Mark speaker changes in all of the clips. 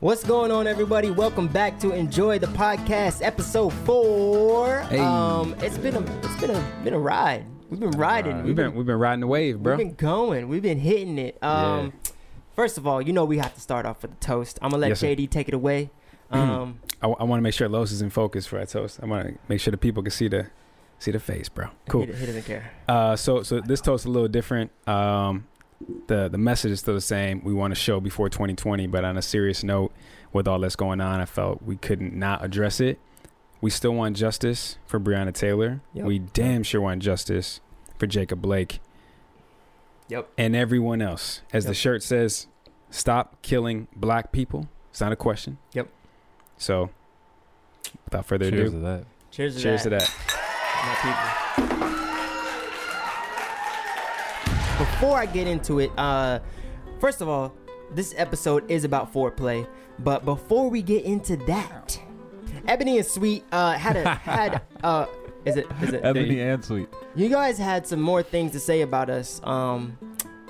Speaker 1: What's going on, everybody? Welcome back to Enjoy the Podcast, episode four.
Speaker 2: Hey.
Speaker 1: Um, it's been a it's been a been a ride. We've been riding.
Speaker 2: We've been we've been riding the wave, bro.
Speaker 1: we've been going. We've been hitting it. Um, first of all, you know we have to start off with the toast. I'm gonna let
Speaker 2: Yes, sir. Mm-hmm.
Speaker 1: JD take it away. Um,
Speaker 2: I, want to make sure Los is in focus for our toast. I want to make sure the people can see the see the face, bro. Cool.
Speaker 1: He, he doesn't care.
Speaker 2: Uh, so so this toast a little different. Um, the the message is still the same. We want to show before 2020, but on a serious note, with all that's going on, I felt we couldn't not address it. We still want justice for Breonna Taylor.
Speaker 1: Yep.
Speaker 2: We damn sure want justice for Jacob Blake.
Speaker 1: Yep.
Speaker 2: And everyone else, as the
Speaker 1: Yep.
Speaker 2: shirt says, stop killing black people. It's not a question.
Speaker 1: Yep.
Speaker 2: So, without further ado,
Speaker 3: Cheers to that.
Speaker 1: Cheers to
Speaker 2: cheers
Speaker 1: that.
Speaker 2: to that.
Speaker 1: my people. Before I get into it, uh, first of all, this episode is about foreplay. But before we get into that, Ebony and Sweet uh, had a had uh, is it is it
Speaker 3: Ebony and sweet.
Speaker 1: you guys had some more things to say about us, um,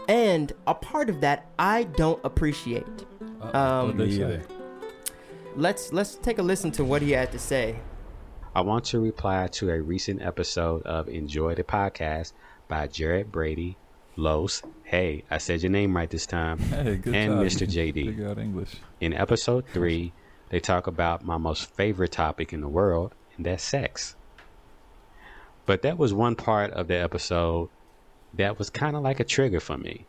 Speaker 1: and a part of that I don't appreciate. Um,
Speaker 3: What'd they say?
Speaker 2: either.
Speaker 1: Let's let's take a listen to what he had to say.
Speaker 4: I want to reply to a recent episode of Enjoy the Podcast by Jared Brady, Los, hey, I said your name right this time,
Speaker 3: Hey, good
Speaker 4: and
Speaker 3: job.
Speaker 4: Mr. JD.
Speaker 3: Figure out English.
Speaker 4: In episode three, they talk about my most favorite topic in the world, and that's sex. But that was one part of the episode that was kind of like a trigger for me.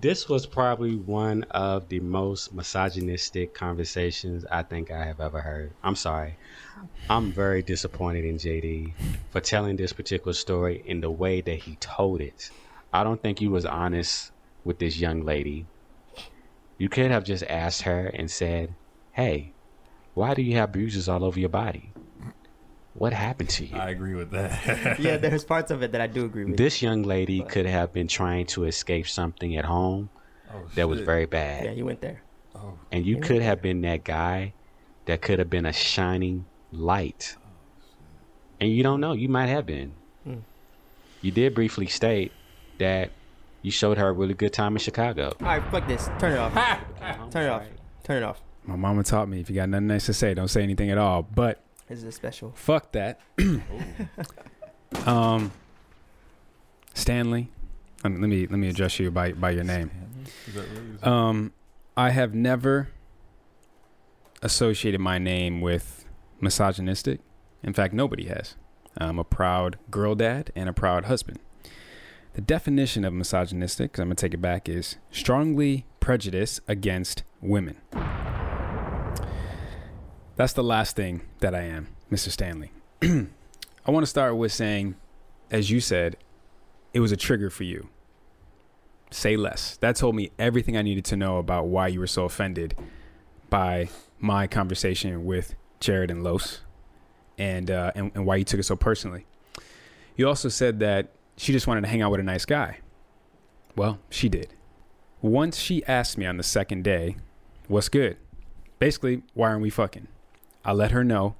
Speaker 4: This was probably one of the most misogynistic conversations I think I have ever heard. I'm sorry. I'm very disappointed in JD for telling this particular story in the way that he told it. I don't think you was honest with this young lady. You could have just asked her and said, "Hey, why do you have bruises all over your body? What happened to you?"
Speaker 3: agree with that.
Speaker 1: Yeah, there's parts of it that I do agree with.
Speaker 4: This young lady could have been trying to escape something at home that was very bad.
Speaker 1: Yeah, you went there.
Speaker 4: And you could have been that guy that could have been a shining light. And you don't know, you might have been.
Speaker 1: Hmm.
Speaker 4: You did briefly state that you showed her a really good time in Chicago.
Speaker 1: All right, fuck this. Turn it off. Turn it off. Turn it off.
Speaker 2: My mama taught me if you got nothing nice to say, don't say anything at all. But
Speaker 1: This is a special.
Speaker 2: fuck that. um, Stanley, let me let me, let me address you by by your name.
Speaker 3: Is that really-
Speaker 2: Um, I have never associated my name with misogynistic. In fact, nobody has. I'm a proud girl dad and a proud husband. The definition of misogynistic, 'cause I'm going to take it back, is strongly prejudiced against women. That's the last thing that I am, Mr. Stanley. I want to start with saying, as you said, it was a trigger for you say less. That told me everything I needed to know about why you were so offended by my conversation with Jared and Los, and uh, and, and why you took it so personally. You also said that she just wanted to hang out with a nice guy. Well, she did. Once she asked me on the second day, "What's good?" Basically, why aren't we fucking? I let her know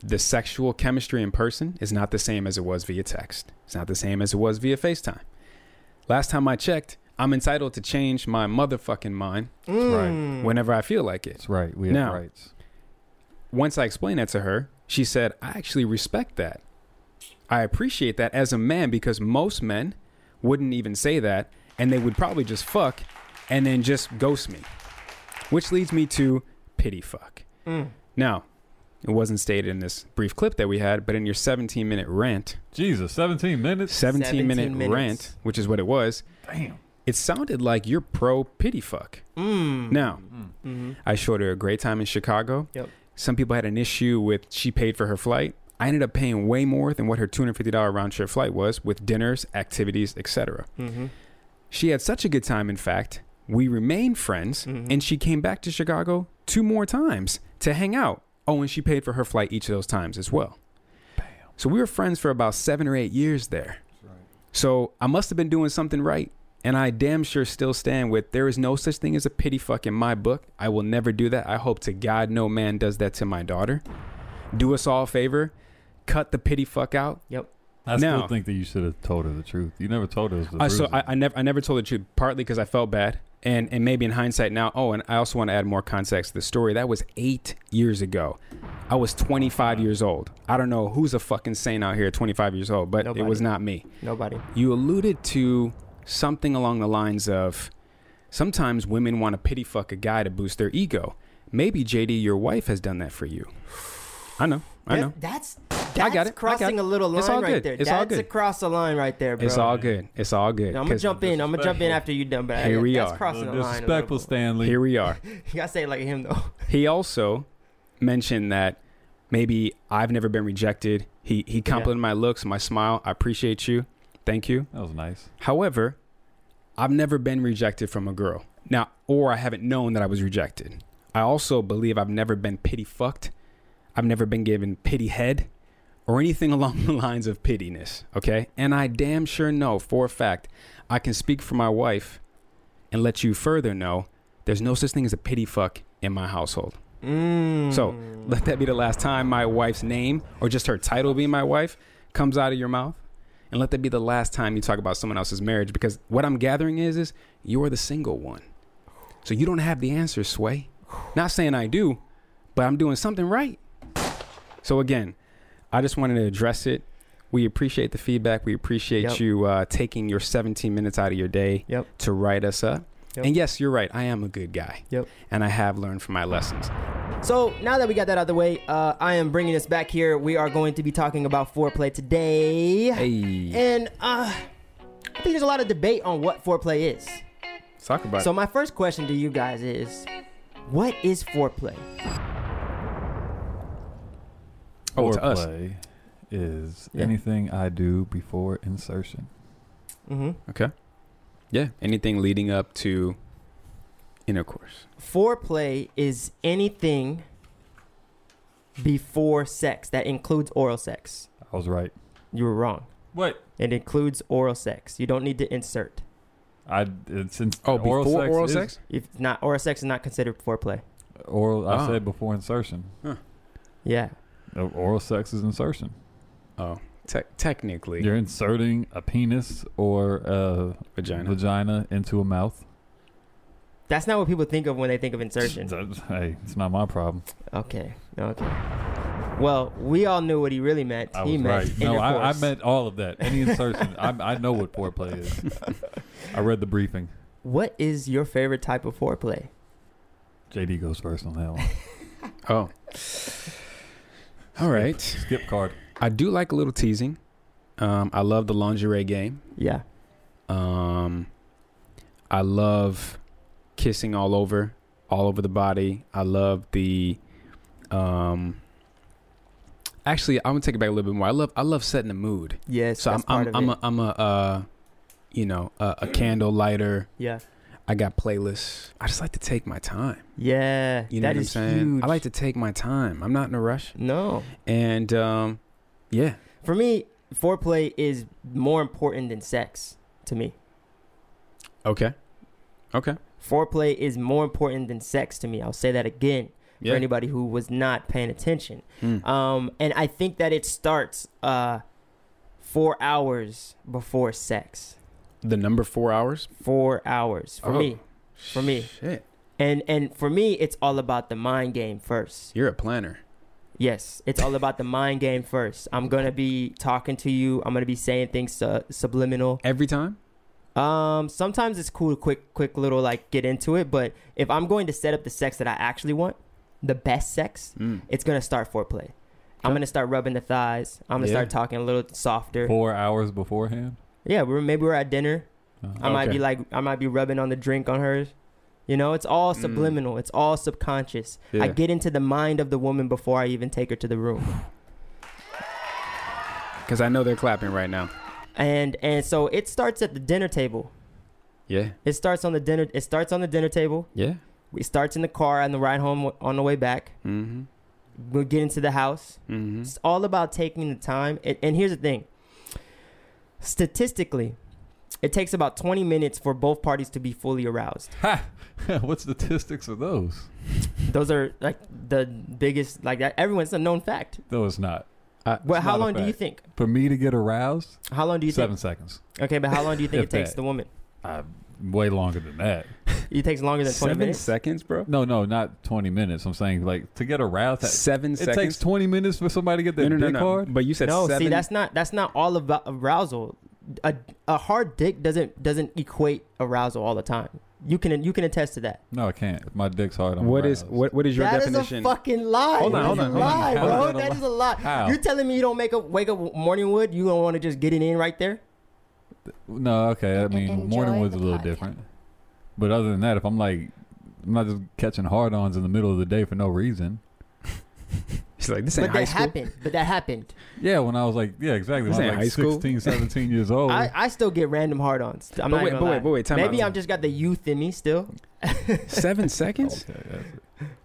Speaker 2: the sexual chemistry in person is not the same as it was via text. It's not the same as it was via FaceTime. Last time I checked, I'm entitled to change my motherfucking mind
Speaker 1: Hmm.
Speaker 3: Mm.
Speaker 2: whenever I feel like it.
Speaker 3: That's right. We have
Speaker 2: Now.
Speaker 3: rights.
Speaker 2: Once I explained that to her, she said, I actually respect that. I appreciate that as a man because most men wouldn't even say that and they would probably just fuck and then just ghost me. Which leads me to pity fuck.
Speaker 3: Mm.
Speaker 2: Now, it wasn't stated in this brief clip that we had, but in your 17 minute rant,
Speaker 3: Jesus, 17 minutes.
Speaker 2: 17,
Speaker 1: 17
Speaker 2: minute
Speaker 1: minutes.
Speaker 2: rant, which is what it was,
Speaker 3: Damn.
Speaker 2: it sounded like you're pro pity fuck.
Speaker 1: Mm.
Speaker 2: Now,
Speaker 1: Mm-hmm.
Speaker 2: I showed her a great time in Chicago.
Speaker 1: Yep.
Speaker 2: Some people had an issue with she paid for her flight. I ended up paying way more than what her $250 round trip flight was with dinners, activities, etc.
Speaker 1: Mm-hmm.
Speaker 2: She had such a good time in fact, we remained friends
Speaker 3: Mm-hmm.
Speaker 1: Mhm.
Speaker 2: and she came back to Chicago two more times to hang out. Oh, and she paid for her flight each of those times as well.
Speaker 3: Bam.
Speaker 2: So we were friends for about 7 or 8 years there.
Speaker 3: That's right.
Speaker 2: So I must have been doing something right. And I damn sure still stand with there is no such thing as a pity fuck in my book. I will never do that. I hope to God no man does that to my daughter. Do us all a favor. Cut the pity fuck out.
Speaker 1: Yep.
Speaker 3: I
Speaker 2: Now.
Speaker 3: still think that you should have told her the truth. You never told her it was the
Speaker 2: Uh, so
Speaker 3: bruises.
Speaker 2: I, I never I never told the truth, partly because I felt bad and and maybe in hindsight now oh and i also want to add more context to the story that was eight years ago i was 25 years old i don't know who's a fucking saint out here at 25 years old but it was
Speaker 1: Nobody.
Speaker 2: not me
Speaker 1: Nobody.
Speaker 2: you alluded to something along the lines of sometimes women want to pity fuck a guy to boost their ego maybe jd your wife has done that for you i know i
Speaker 1: That-
Speaker 2: know
Speaker 1: That's that's
Speaker 2: I got it. I got
Speaker 1: crossing
Speaker 2: it.
Speaker 1: a little line
Speaker 2: It's all
Speaker 1: right
Speaker 2: good.
Speaker 1: there.
Speaker 2: It's all
Speaker 1: that's
Speaker 2: good.
Speaker 1: across the line right there, bro.
Speaker 2: it's all good it's all good
Speaker 1: I'm gonna
Speaker 2: 'cause
Speaker 1: jump in. I'm gonna jump in
Speaker 3: disrespectful.
Speaker 1: after you done, but I-
Speaker 2: Here we
Speaker 1: that's
Speaker 2: are.
Speaker 1: crossing the line. a little
Speaker 3: disrespectful,
Speaker 1: bit.
Speaker 3: Stanley.
Speaker 2: here we are
Speaker 1: You gotta say it like him though.
Speaker 2: He also mentioned that maybe I've never been rejected. He he complimented my looks, my smile. I appreciate you. Thank you.
Speaker 3: That was nice.
Speaker 2: However, I've never been rejected from a girl. Now, or I haven't known that I was rejected. I also believe I've never been pity fucked. I've never been given pity head or anything along the lines of pittiness, okay? And I damn sure know for a fact I can speak for my wife and let you further know there's no such thing as a pity fuck in my household.
Speaker 1: Mm.
Speaker 2: So let that be the last time my wife's name or just her title being my wife comes out of your mouth. And let that be the last time you talk about someone else's marriage because what I'm gathering is is you're the single one. So you don't have the answer, Sway. Not saying I do, but I'm doing something right. So again, I just wanted to address it. We appreciate the feedback. We appreciate
Speaker 1: Yep.
Speaker 2: you uh, taking your 17 minutes out of your day
Speaker 1: Yep.
Speaker 2: to write us up.
Speaker 1: Yep.
Speaker 2: And yes, you're right. I am a good guy.
Speaker 1: Yep.
Speaker 2: And I have learned from my lessons.
Speaker 1: So now that we got that out of the way, uh, I am bringing this back here. We are going to be talking about foreplay today,
Speaker 2: Hey.
Speaker 1: and uh, I think there's a lot of debate on what foreplay is.
Speaker 2: Talk about
Speaker 1: So my first question to you guys is, what is foreplay?
Speaker 2: Oh, to us.
Speaker 3: Foreplay is
Speaker 1: Yeah.
Speaker 3: anything I do before insertion.
Speaker 1: Mm-hmm.
Speaker 2: Okay. Yeah. Anything leading up to intercourse.
Speaker 1: Foreplay is anything before sex that includes oral sex.
Speaker 3: I was right.
Speaker 1: You were wrong.
Speaker 3: Wait,
Speaker 1: It includes oral sex. You don't need to insert.
Speaker 3: I it's in,
Speaker 2: Oh,
Speaker 3: oral
Speaker 2: before
Speaker 3: sex
Speaker 2: oral
Speaker 3: is-
Speaker 2: sex?
Speaker 1: If not, oral sex is not considered foreplay.
Speaker 3: Oral. I
Speaker 2: Ah.
Speaker 3: said before insertion.
Speaker 1: Yeah.
Speaker 3: Uh, Oral sex is insertion.
Speaker 2: Oh, te- technically.
Speaker 3: You're inserting a penis or a
Speaker 2: Vagina.
Speaker 3: vagina into a mouth.
Speaker 1: That's not what people think of when they think of insertion.
Speaker 3: Hey, it's not my problem.
Speaker 1: Okay. Okay. Well, we all knew what he really meant.
Speaker 3: I
Speaker 1: he
Speaker 3: was
Speaker 1: meant
Speaker 3: right. No, I, I
Speaker 1: intercourse.
Speaker 3: meant all of that. Any insertion. I, I know what foreplay is. I read the briefing.
Speaker 1: What is your favorite type of foreplay?
Speaker 3: JD goes first on that one.
Speaker 2: Oh. All right.
Speaker 3: Skip card.
Speaker 2: I do like a little teasing. Um, I love the lingerie game.
Speaker 1: Yeah.
Speaker 2: Um, I love kissing all over, all over the body. I love the. Um, actually, I'm gonna take it back a little bit more. I love I love setting the mood.
Speaker 1: Yes.
Speaker 2: So I'm
Speaker 1: that's part
Speaker 2: I'm
Speaker 1: of
Speaker 2: I'm
Speaker 1: it.
Speaker 2: a, I'm a uh, you know a, a candle lighter.
Speaker 1: yeah.
Speaker 2: I got playlists. I just like to take my time.
Speaker 1: Yeah.
Speaker 2: You know
Speaker 1: that
Speaker 2: what I'm
Speaker 1: is
Speaker 2: saying?
Speaker 1: huge.
Speaker 2: I like to take my time. I'm not in a rush.
Speaker 1: No.
Speaker 2: And um, yeah,
Speaker 1: For me, foreplay is more important than sex to me.
Speaker 2: okay, okay,
Speaker 1: Foreplay is more important than sex to me. I'll say that again for
Speaker 2: yeah,
Speaker 1: anybody who was not paying attention.
Speaker 2: Mm.
Speaker 1: Um, and I think that it starts uh, four hours before sex.
Speaker 2: the number four hours
Speaker 1: Four hours for
Speaker 2: Oh.
Speaker 1: me. For me.
Speaker 2: Shit,
Speaker 1: And and for me, it's all about the mind game first.
Speaker 2: you're a planner.
Speaker 1: Yes, it's all about the mind game first. I'm gonna be talking to you. I'm gonna be saying things su- subliminal.
Speaker 2: Every time?
Speaker 1: Um, sometimes it's cool to quick, quick little like get into it. But if I'm going to set up the sex that I actually want, the best sex,
Speaker 2: Mm.
Speaker 1: it's gonna start foreplay. I'm
Speaker 2: Okay.
Speaker 1: gonna start rubbing the thighs. I'm gonna
Speaker 2: Yeah.
Speaker 1: start talking a little softer.
Speaker 3: Four hours beforehand.
Speaker 1: Yeah, we're maybe we're at dinner.
Speaker 3: Uh,
Speaker 1: I might be
Speaker 2: Okay.
Speaker 1: like, I might be rubbing on the drink on hers. You know, it's all
Speaker 2: Mm.
Speaker 1: subliminal. It's all subconscious. I
Speaker 2: Yeah.
Speaker 1: get into the mind of the woman before I even take her to the room.
Speaker 2: Because I know they're clapping right now.
Speaker 1: and and so it starts at the dinner table
Speaker 2: Yeah,
Speaker 1: it starts on the dinner it starts on the dinner table
Speaker 2: yeah.
Speaker 1: it starts in the car on the ride home on the way back
Speaker 2: Mm-hmm.
Speaker 1: we'll get into the house
Speaker 2: Mm-hmm.
Speaker 1: it's all about taking the time and, and here's the thing statistically it takes about 20 minutes for both parties to be fully aroused
Speaker 3: Ha! what statistics are those?
Speaker 1: those are like the biggest like that everyone's a known fact
Speaker 3: No, it's not.
Speaker 1: Uh, well
Speaker 3: It's
Speaker 1: how
Speaker 3: not a
Speaker 1: long do you
Speaker 3: fact.
Speaker 1: think
Speaker 3: For me to get aroused,
Speaker 1: how long do you
Speaker 3: seven seconds.
Speaker 1: think okay but how long do you think
Speaker 3: If
Speaker 1: it takes
Speaker 3: that.
Speaker 1: the woman
Speaker 3: I way longer than that.
Speaker 1: It takes longer than 20
Speaker 2: Seven
Speaker 1: minutes.
Speaker 2: seconds, bro.
Speaker 3: No, no, not 20 minutes. I'm saying like to get a route. That,
Speaker 2: Seven
Speaker 3: it
Speaker 2: seconds.
Speaker 3: takes 20 minutes for somebody to get
Speaker 2: no,
Speaker 3: their
Speaker 2: no, no,
Speaker 3: dick
Speaker 2: no.
Speaker 3: hard.
Speaker 2: But you said
Speaker 1: no,
Speaker 2: seven.
Speaker 1: see, that's not that's not all about arousal. A, a hard dick doesn't doesn't equate arousal all the time. You can you can attest to that.
Speaker 3: No, I can't. If my dick's hard. I'm
Speaker 2: what is
Speaker 3: aroused.
Speaker 2: what what is your
Speaker 1: That is
Speaker 2: definition?
Speaker 1: a fucking lie.
Speaker 2: Hold on,
Speaker 1: That
Speaker 2: hold
Speaker 1: is
Speaker 2: on,
Speaker 1: a
Speaker 2: hold on.
Speaker 1: lie,
Speaker 3: How is
Speaker 1: bro.
Speaker 3: that a
Speaker 1: That
Speaker 3: lie?
Speaker 1: is a lie.
Speaker 3: How?
Speaker 1: You're telling me you don't make up wake up morning wood? You don't want to just get it in right there?
Speaker 3: No, okay. I
Speaker 5: And
Speaker 3: mean,
Speaker 5: enjoy
Speaker 3: morning wood's a
Speaker 5: the
Speaker 3: little
Speaker 5: podcast.
Speaker 3: different. But other than that, if I'm like, I'm not just catching hard-ons in the middle of the day for no reason.
Speaker 2: She's like this ain't
Speaker 1: But
Speaker 2: high
Speaker 1: that
Speaker 2: school.
Speaker 1: happened. But that happened.
Speaker 3: Yeah, when I was like, yeah, exactly.
Speaker 2: This
Speaker 3: When I
Speaker 2: ain't
Speaker 3: was like
Speaker 2: high school.
Speaker 3: 16, 17 years old.
Speaker 1: I, I still get random hard-ons. I'm
Speaker 2: Oh. But
Speaker 1: not
Speaker 2: wait,
Speaker 1: gonna
Speaker 2: but wait,
Speaker 1: lie.
Speaker 2: but wait, time out.
Speaker 1: Maybe I'm just got the youth in me still.
Speaker 2: Seven seconds?
Speaker 3: Okay, that's it.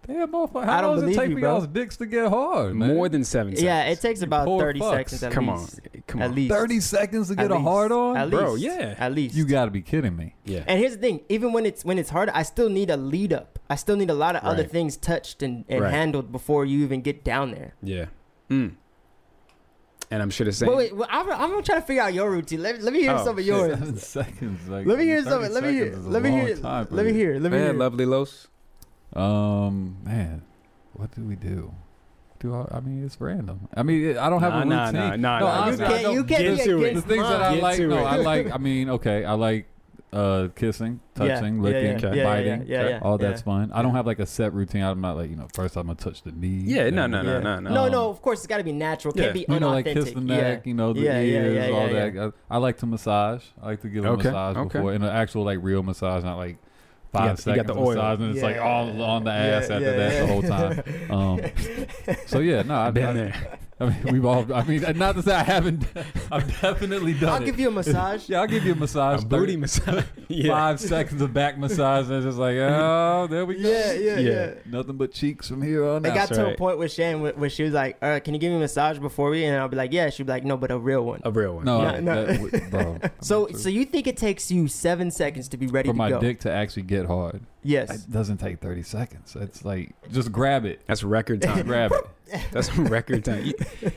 Speaker 3: Damn, motherfucker.
Speaker 1: I
Speaker 3: How
Speaker 1: don't
Speaker 3: long does it
Speaker 1: believe
Speaker 3: take
Speaker 1: you,
Speaker 3: for
Speaker 1: bro.
Speaker 3: y'all's dicks to get hard? man?
Speaker 2: More than seven seconds.
Speaker 1: Yeah, it takes about
Speaker 3: poor
Speaker 1: 30
Speaker 3: fucks.
Speaker 1: seconds at
Speaker 2: Come on.
Speaker 1: least.
Speaker 2: Come
Speaker 1: At
Speaker 2: on.
Speaker 1: least.
Speaker 3: 30 seconds to
Speaker 1: At
Speaker 3: get a
Speaker 1: least.
Speaker 3: hard on?
Speaker 1: At least.
Speaker 2: Bro, yeah.
Speaker 1: At least.
Speaker 3: You got to be kidding me.
Speaker 2: Yeah.
Speaker 1: And here's the thing, even when it's when it's hard, I still need a lead up. I still need a lot of other
Speaker 2: Right.
Speaker 1: things touched and, and
Speaker 2: Right.
Speaker 1: handled before you even get down there.
Speaker 2: yeah. Mm. And I'm sure the same.
Speaker 1: Hmm. But wait, well, I'm, I'm gonna try to figure out your routine. Let, let me hear
Speaker 2: Oh,
Speaker 1: some of
Speaker 2: shit.
Speaker 1: yours.
Speaker 3: Seven seconds. Like,
Speaker 1: Let me hear
Speaker 3: 30
Speaker 1: some. Let me hear.
Speaker 3: seconds is a
Speaker 1: Let me
Speaker 3: long
Speaker 1: hear.
Speaker 3: time
Speaker 1: Let me
Speaker 3: period.
Speaker 1: hear. Let me
Speaker 2: Go ahead,
Speaker 1: hear.
Speaker 2: lovely Los.
Speaker 3: Um, man, what do we do? Do I, I mean it's random. I mean it, I don't have a
Speaker 2: Nah,
Speaker 3: routine.
Speaker 2: nah, nah,
Speaker 3: no,
Speaker 2: nah,
Speaker 3: honestly,
Speaker 2: nah.
Speaker 3: I
Speaker 1: You
Speaker 3: don't-
Speaker 1: can't- you can't
Speaker 2: Get
Speaker 1: be
Speaker 2: to it.
Speaker 3: The
Speaker 1: against
Speaker 3: things that I
Speaker 1: mine.
Speaker 2: Get
Speaker 3: like,
Speaker 2: to
Speaker 3: no,
Speaker 2: it.
Speaker 3: I like. I mean, okay, I like uh kissing, touching,
Speaker 1: yeah,
Speaker 3: licking,
Speaker 1: yeah, yeah,
Speaker 3: biting.
Speaker 1: Yeah, yeah, yeah,
Speaker 3: All
Speaker 1: yeah.
Speaker 3: that's fine. I don't have like a set routine. I'm not like you know. First, I'm gonna touch the knee.
Speaker 2: Yeah, no,
Speaker 3: then-
Speaker 2: no, no,
Speaker 1: Yeah.
Speaker 2: no, no.
Speaker 1: No,
Speaker 3: Um,
Speaker 1: no. Of course, it's got to be natural. Can't
Speaker 2: yeah.
Speaker 1: be unauthentic.
Speaker 3: You know, like kiss the neck,
Speaker 1: yeah.
Speaker 3: you know, the
Speaker 1: Yeah, yeah,
Speaker 3: ears,
Speaker 1: yeah,
Speaker 3: all
Speaker 1: yeah,
Speaker 3: that. I, I like to massage. I like to give a
Speaker 2: Okay,
Speaker 3: massage
Speaker 2: okay.
Speaker 3: before, and an actual like real massage, not
Speaker 2: got-
Speaker 3: like five
Speaker 2: you got
Speaker 3: seconds
Speaker 2: the
Speaker 3: of
Speaker 2: oil.
Speaker 3: massage, and it's like
Speaker 1: Yeah.
Speaker 3: all Oh, on the ass
Speaker 1: Yeah,
Speaker 3: after
Speaker 1: yeah,
Speaker 3: that
Speaker 1: yeah.
Speaker 3: the whole time. Um, so yeah, no, I've
Speaker 2: I've
Speaker 3: been
Speaker 2: been
Speaker 3: I,
Speaker 2: there.
Speaker 3: I mean, we've all. I mean, not to say I haven't. I've definitely done
Speaker 1: I'll
Speaker 3: it.
Speaker 1: give you a massage.
Speaker 3: yeah, I'll give you a massage.
Speaker 2: A booty
Speaker 3: 30
Speaker 2: massage. yeah.
Speaker 3: Five seconds of back massage, and it's just like, oh, there we go.
Speaker 1: Yeah, yeah, yeah.
Speaker 3: Nothing but cheeks from here on
Speaker 1: It
Speaker 3: out.
Speaker 1: got
Speaker 2: That's
Speaker 1: to a
Speaker 2: right.
Speaker 1: point with Shan where, where she was like, "All right, can you give me a massage before we?" And I'll be like, "Yeah." She'd be like, "No, but a real one."
Speaker 2: A real one.
Speaker 3: Oh, No,
Speaker 1: Yeah, no.
Speaker 3: that would- bro.
Speaker 1: So,
Speaker 3: I'm
Speaker 1: so you think it takes you seven seconds to be ready
Speaker 3: for
Speaker 1: to
Speaker 3: my
Speaker 1: go?
Speaker 3: dick to actually get hard.
Speaker 1: Yes.
Speaker 3: It doesn't take 30 seconds. It's like just grab it.
Speaker 2: That's record time.
Speaker 3: Grab it.
Speaker 2: That's record time. You,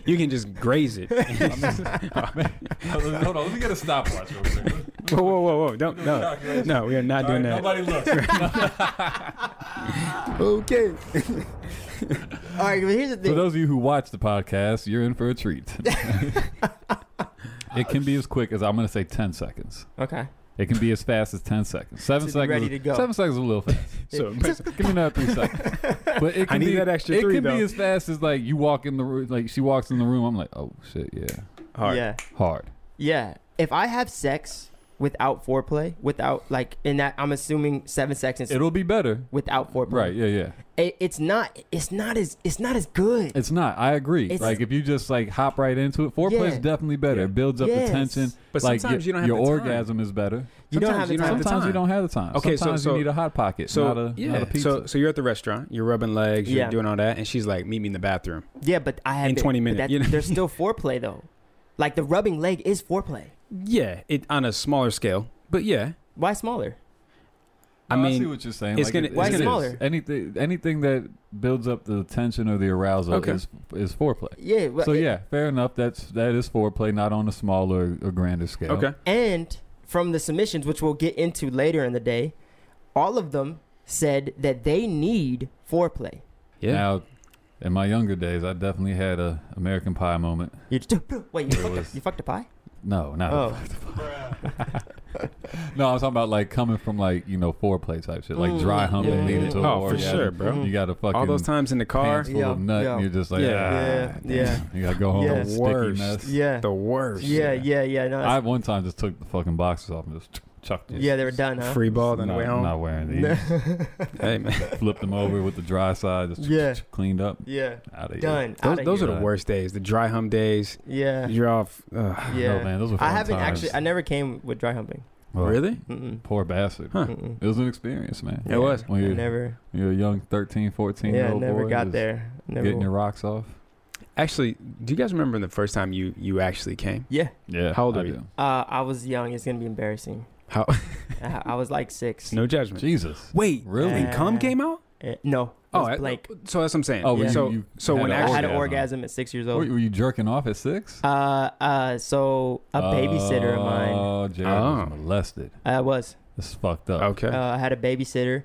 Speaker 2: you can just graze it.
Speaker 3: I mean, hold on, let me get a stopwatch real quick.
Speaker 2: whoa, whoa, whoa, whoa! Don't no, no. We are not doing that.
Speaker 3: Nobody look.
Speaker 2: Okay.
Speaker 1: All right, but here's the
Speaker 3: For
Speaker 1: thing.
Speaker 3: those of you who watch the podcast, you're in for a treat. it can be as quick as I'm going to say 10 seconds.
Speaker 1: okay.
Speaker 3: It can be as fast as 10 seconds. Seven
Speaker 1: To be
Speaker 3: seconds.
Speaker 1: ready to go.
Speaker 3: Seven seconds is a little fast.
Speaker 2: So
Speaker 3: Give me another three seconds. But it
Speaker 2: I
Speaker 3: can
Speaker 2: need
Speaker 3: be,
Speaker 2: that extra
Speaker 3: It
Speaker 2: three,
Speaker 3: can
Speaker 2: though.
Speaker 3: be as fast as like you walk in the room. Like she walks in the room. I'm like, oh shit, yeah,
Speaker 2: hard.
Speaker 1: Yeah.
Speaker 3: hard.
Speaker 1: Yeah. If I have sex without foreplay, without like, in that I'm assuming seven seconds
Speaker 3: It'll be better.
Speaker 1: without foreplay.
Speaker 3: Right? Yeah, yeah.
Speaker 1: It, it's not. It's not as. It's not as good.
Speaker 3: It's not. I agree.
Speaker 1: It's-
Speaker 3: like if you just like hop right into it, foreplay is
Speaker 1: Yeah.
Speaker 3: definitely better.
Speaker 2: Yeah.
Speaker 3: It builds up
Speaker 1: Yes.
Speaker 3: the tension.
Speaker 2: But
Speaker 3: like
Speaker 2: sometimes
Speaker 3: your,
Speaker 2: you don't have
Speaker 3: your
Speaker 2: the time.
Speaker 3: orgasm is better.
Speaker 1: You don't have
Speaker 2: Sometimes
Speaker 1: the
Speaker 2: you don't
Speaker 1: time.
Speaker 2: have the
Speaker 3: Sometimes you don't have the time.
Speaker 2: Okay, so-
Speaker 3: Sometimes
Speaker 2: so-
Speaker 3: you need a hot pocket,
Speaker 2: So
Speaker 3: not a
Speaker 2: yeah.
Speaker 3: not a pizza.
Speaker 2: So so you're at the restaurant. You're rubbing legs. You're
Speaker 1: Yeah.
Speaker 2: doing all that, and she's like, "Meet me in the bathroom."
Speaker 1: yeah, but I have
Speaker 2: In 20 minutes, you know?
Speaker 1: There's still foreplay though. Like the rubbing leg is foreplay.
Speaker 2: Yeah. It on a smaller scale, but yeah.
Speaker 1: Why smaller?
Speaker 2: I
Speaker 3: No,
Speaker 2: mean,
Speaker 3: see what you're saying.
Speaker 2: it's
Speaker 3: Like,
Speaker 2: gonna-
Speaker 3: it-
Speaker 2: Why
Speaker 3: it
Speaker 1: it's
Speaker 3: is.
Speaker 1: smaller?
Speaker 3: Anything anything that builds up the tension or the arousal
Speaker 2: Okay.
Speaker 3: is is foreplay.
Speaker 1: Yeah. Well,
Speaker 3: so
Speaker 1: it-
Speaker 3: yeah, fair enough. That's that is foreplay, not on a smaller or grander scale.
Speaker 2: okay.
Speaker 1: And from the submissions, which we'll get into later in the day, all of them said that they need foreplay.
Speaker 2: Yeah.
Speaker 3: Now, in my younger days, I definitely had a American Pie moment.
Speaker 1: You just, wait, you
Speaker 3: It
Speaker 1: fucked,
Speaker 3: was-
Speaker 1: a, you fucked a pie?
Speaker 3: No, not
Speaker 1: Oh.
Speaker 3: no. I'm talking about like coming from like you know foreplay type shit, like
Speaker 1: Mm,
Speaker 3: dry hump
Speaker 1: yeah,
Speaker 3: and
Speaker 1: yeah,
Speaker 3: leading to
Speaker 1: yeah.
Speaker 3: an
Speaker 2: Oh, for
Speaker 3: orgasm.
Speaker 2: sure, bro.
Speaker 1: Mhm.
Speaker 3: You got to fucking
Speaker 2: All those times in the car,
Speaker 3: pants full of
Speaker 1: Yeah,
Speaker 3: nut, and
Speaker 1: yeah.
Speaker 3: you're just like,
Speaker 2: Yeah,
Speaker 3: ah,
Speaker 1: yeah.
Speaker 3: damn. You got to go home.
Speaker 1: Yeah.
Speaker 3: with
Speaker 2: The
Speaker 3: sticky
Speaker 2: worst.
Speaker 3: mess.
Speaker 1: Yeah.
Speaker 2: the worst.
Speaker 1: Yeah, yeah, yeah. No,
Speaker 3: I
Speaker 1: that's-
Speaker 3: one time just took the fucking boxes off and just chucked it.
Speaker 1: yeah, they were done, huh?
Speaker 2: Free ball on the
Speaker 3: not,
Speaker 2: way home.
Speaker 3: Not wearing these.
Speaker 2: Hey man,
Speaker 3: Flipped them over with the dry side. Just
Speaker 1: Yeah.
Speaker 3: cleaned up.
Speaker 1: yeah.
Speaker 3: Out of here.
Speaker 1: Done.
Speaker 2: those,
Speaker 1: Outta
Speaker 2: those are
Speaker 1: here.
Speaker 2: the
Speaker 3: Yeah.
Speaker 2: worst days. The dry hum days.
Speaker 1: Yeah.
Speaker 2: You're off. Ugh.
Speaker 1: Yeah.
Speaker 3: No man, those were. Fun
Speaker 1: I haven't
Speaker 3: times.
Speaker 1: actually. I never came with dry humping.
Speaker 3: Well,
Speaker 2: Really?
Speaker 1: Mm-mm.
Speaker 3: Poor bastard.
Speaker 2: Huh.
Speaker 1: Mm-mm.
Speaker 3: It was an experience, man.
Speaker 2: It was.
Speaker 1: I
Speaker 3: When you're,
Speaker 1: never.
Speaker 3: you're a young 13, 14 year
Speaker 1: Yeah,
Speaker 3: old
Speaker 1: never
Speaker 3: boy,
Speaker 1: got
Speaker 3: just
Speaker 1: there. Never.
Speaker 3: Getting your rocks off.
Speaker 2: Actually, do you guys remember the first time you you actually came?
Speaker 1: yeah.
Speaker 3: Yeah.
Speaker 2: How old
Speaker 3: I
Speaker 2: are you?
Speaker 3: do.
Speaker 1: Uh, I was young. It's gonna be embarrassing. Uh,
Speaker 2: How?
Speaker 1: I, I was like six.
Speaker 2: no judgment.
Speaker 3: Jesus.
Speaker 2: Wait,
Speaker 3: Really?
Speaker 2: And cum came out?
Speaker 1: Eh, no. was
Speaker 2: Oh, I-
Speaker 1: blank.
Speaker 2: So that's what I'm saying.
Speaker 3: Oh,
Speaker 1: Yeah.
Speaker 2: so
Speaker 3: you- you
Speaker 2: so
Speaker 3: had
Speaker 2: when
Speaker 3: an
Speaker 1: I
Speaker 2: actually,
Speaker 1: had an
Speaker 3: orgasm.
Speaker 1: orgasm at six years
Speaker 3: Were,
Speaker 1: old.
Speaker 3: were you jerking off at six?
Speaker 1: Uh, uh, so a babysitter of mine.
Speaker 3: Oh, Jared was
Speaker 2: Oh.
Speaker 3: molested.
Speaker 1: I was.
Speaker 3: This is fucked up.
Speaker 2: okay,
Speaker 1: Uh, I had a babysitter,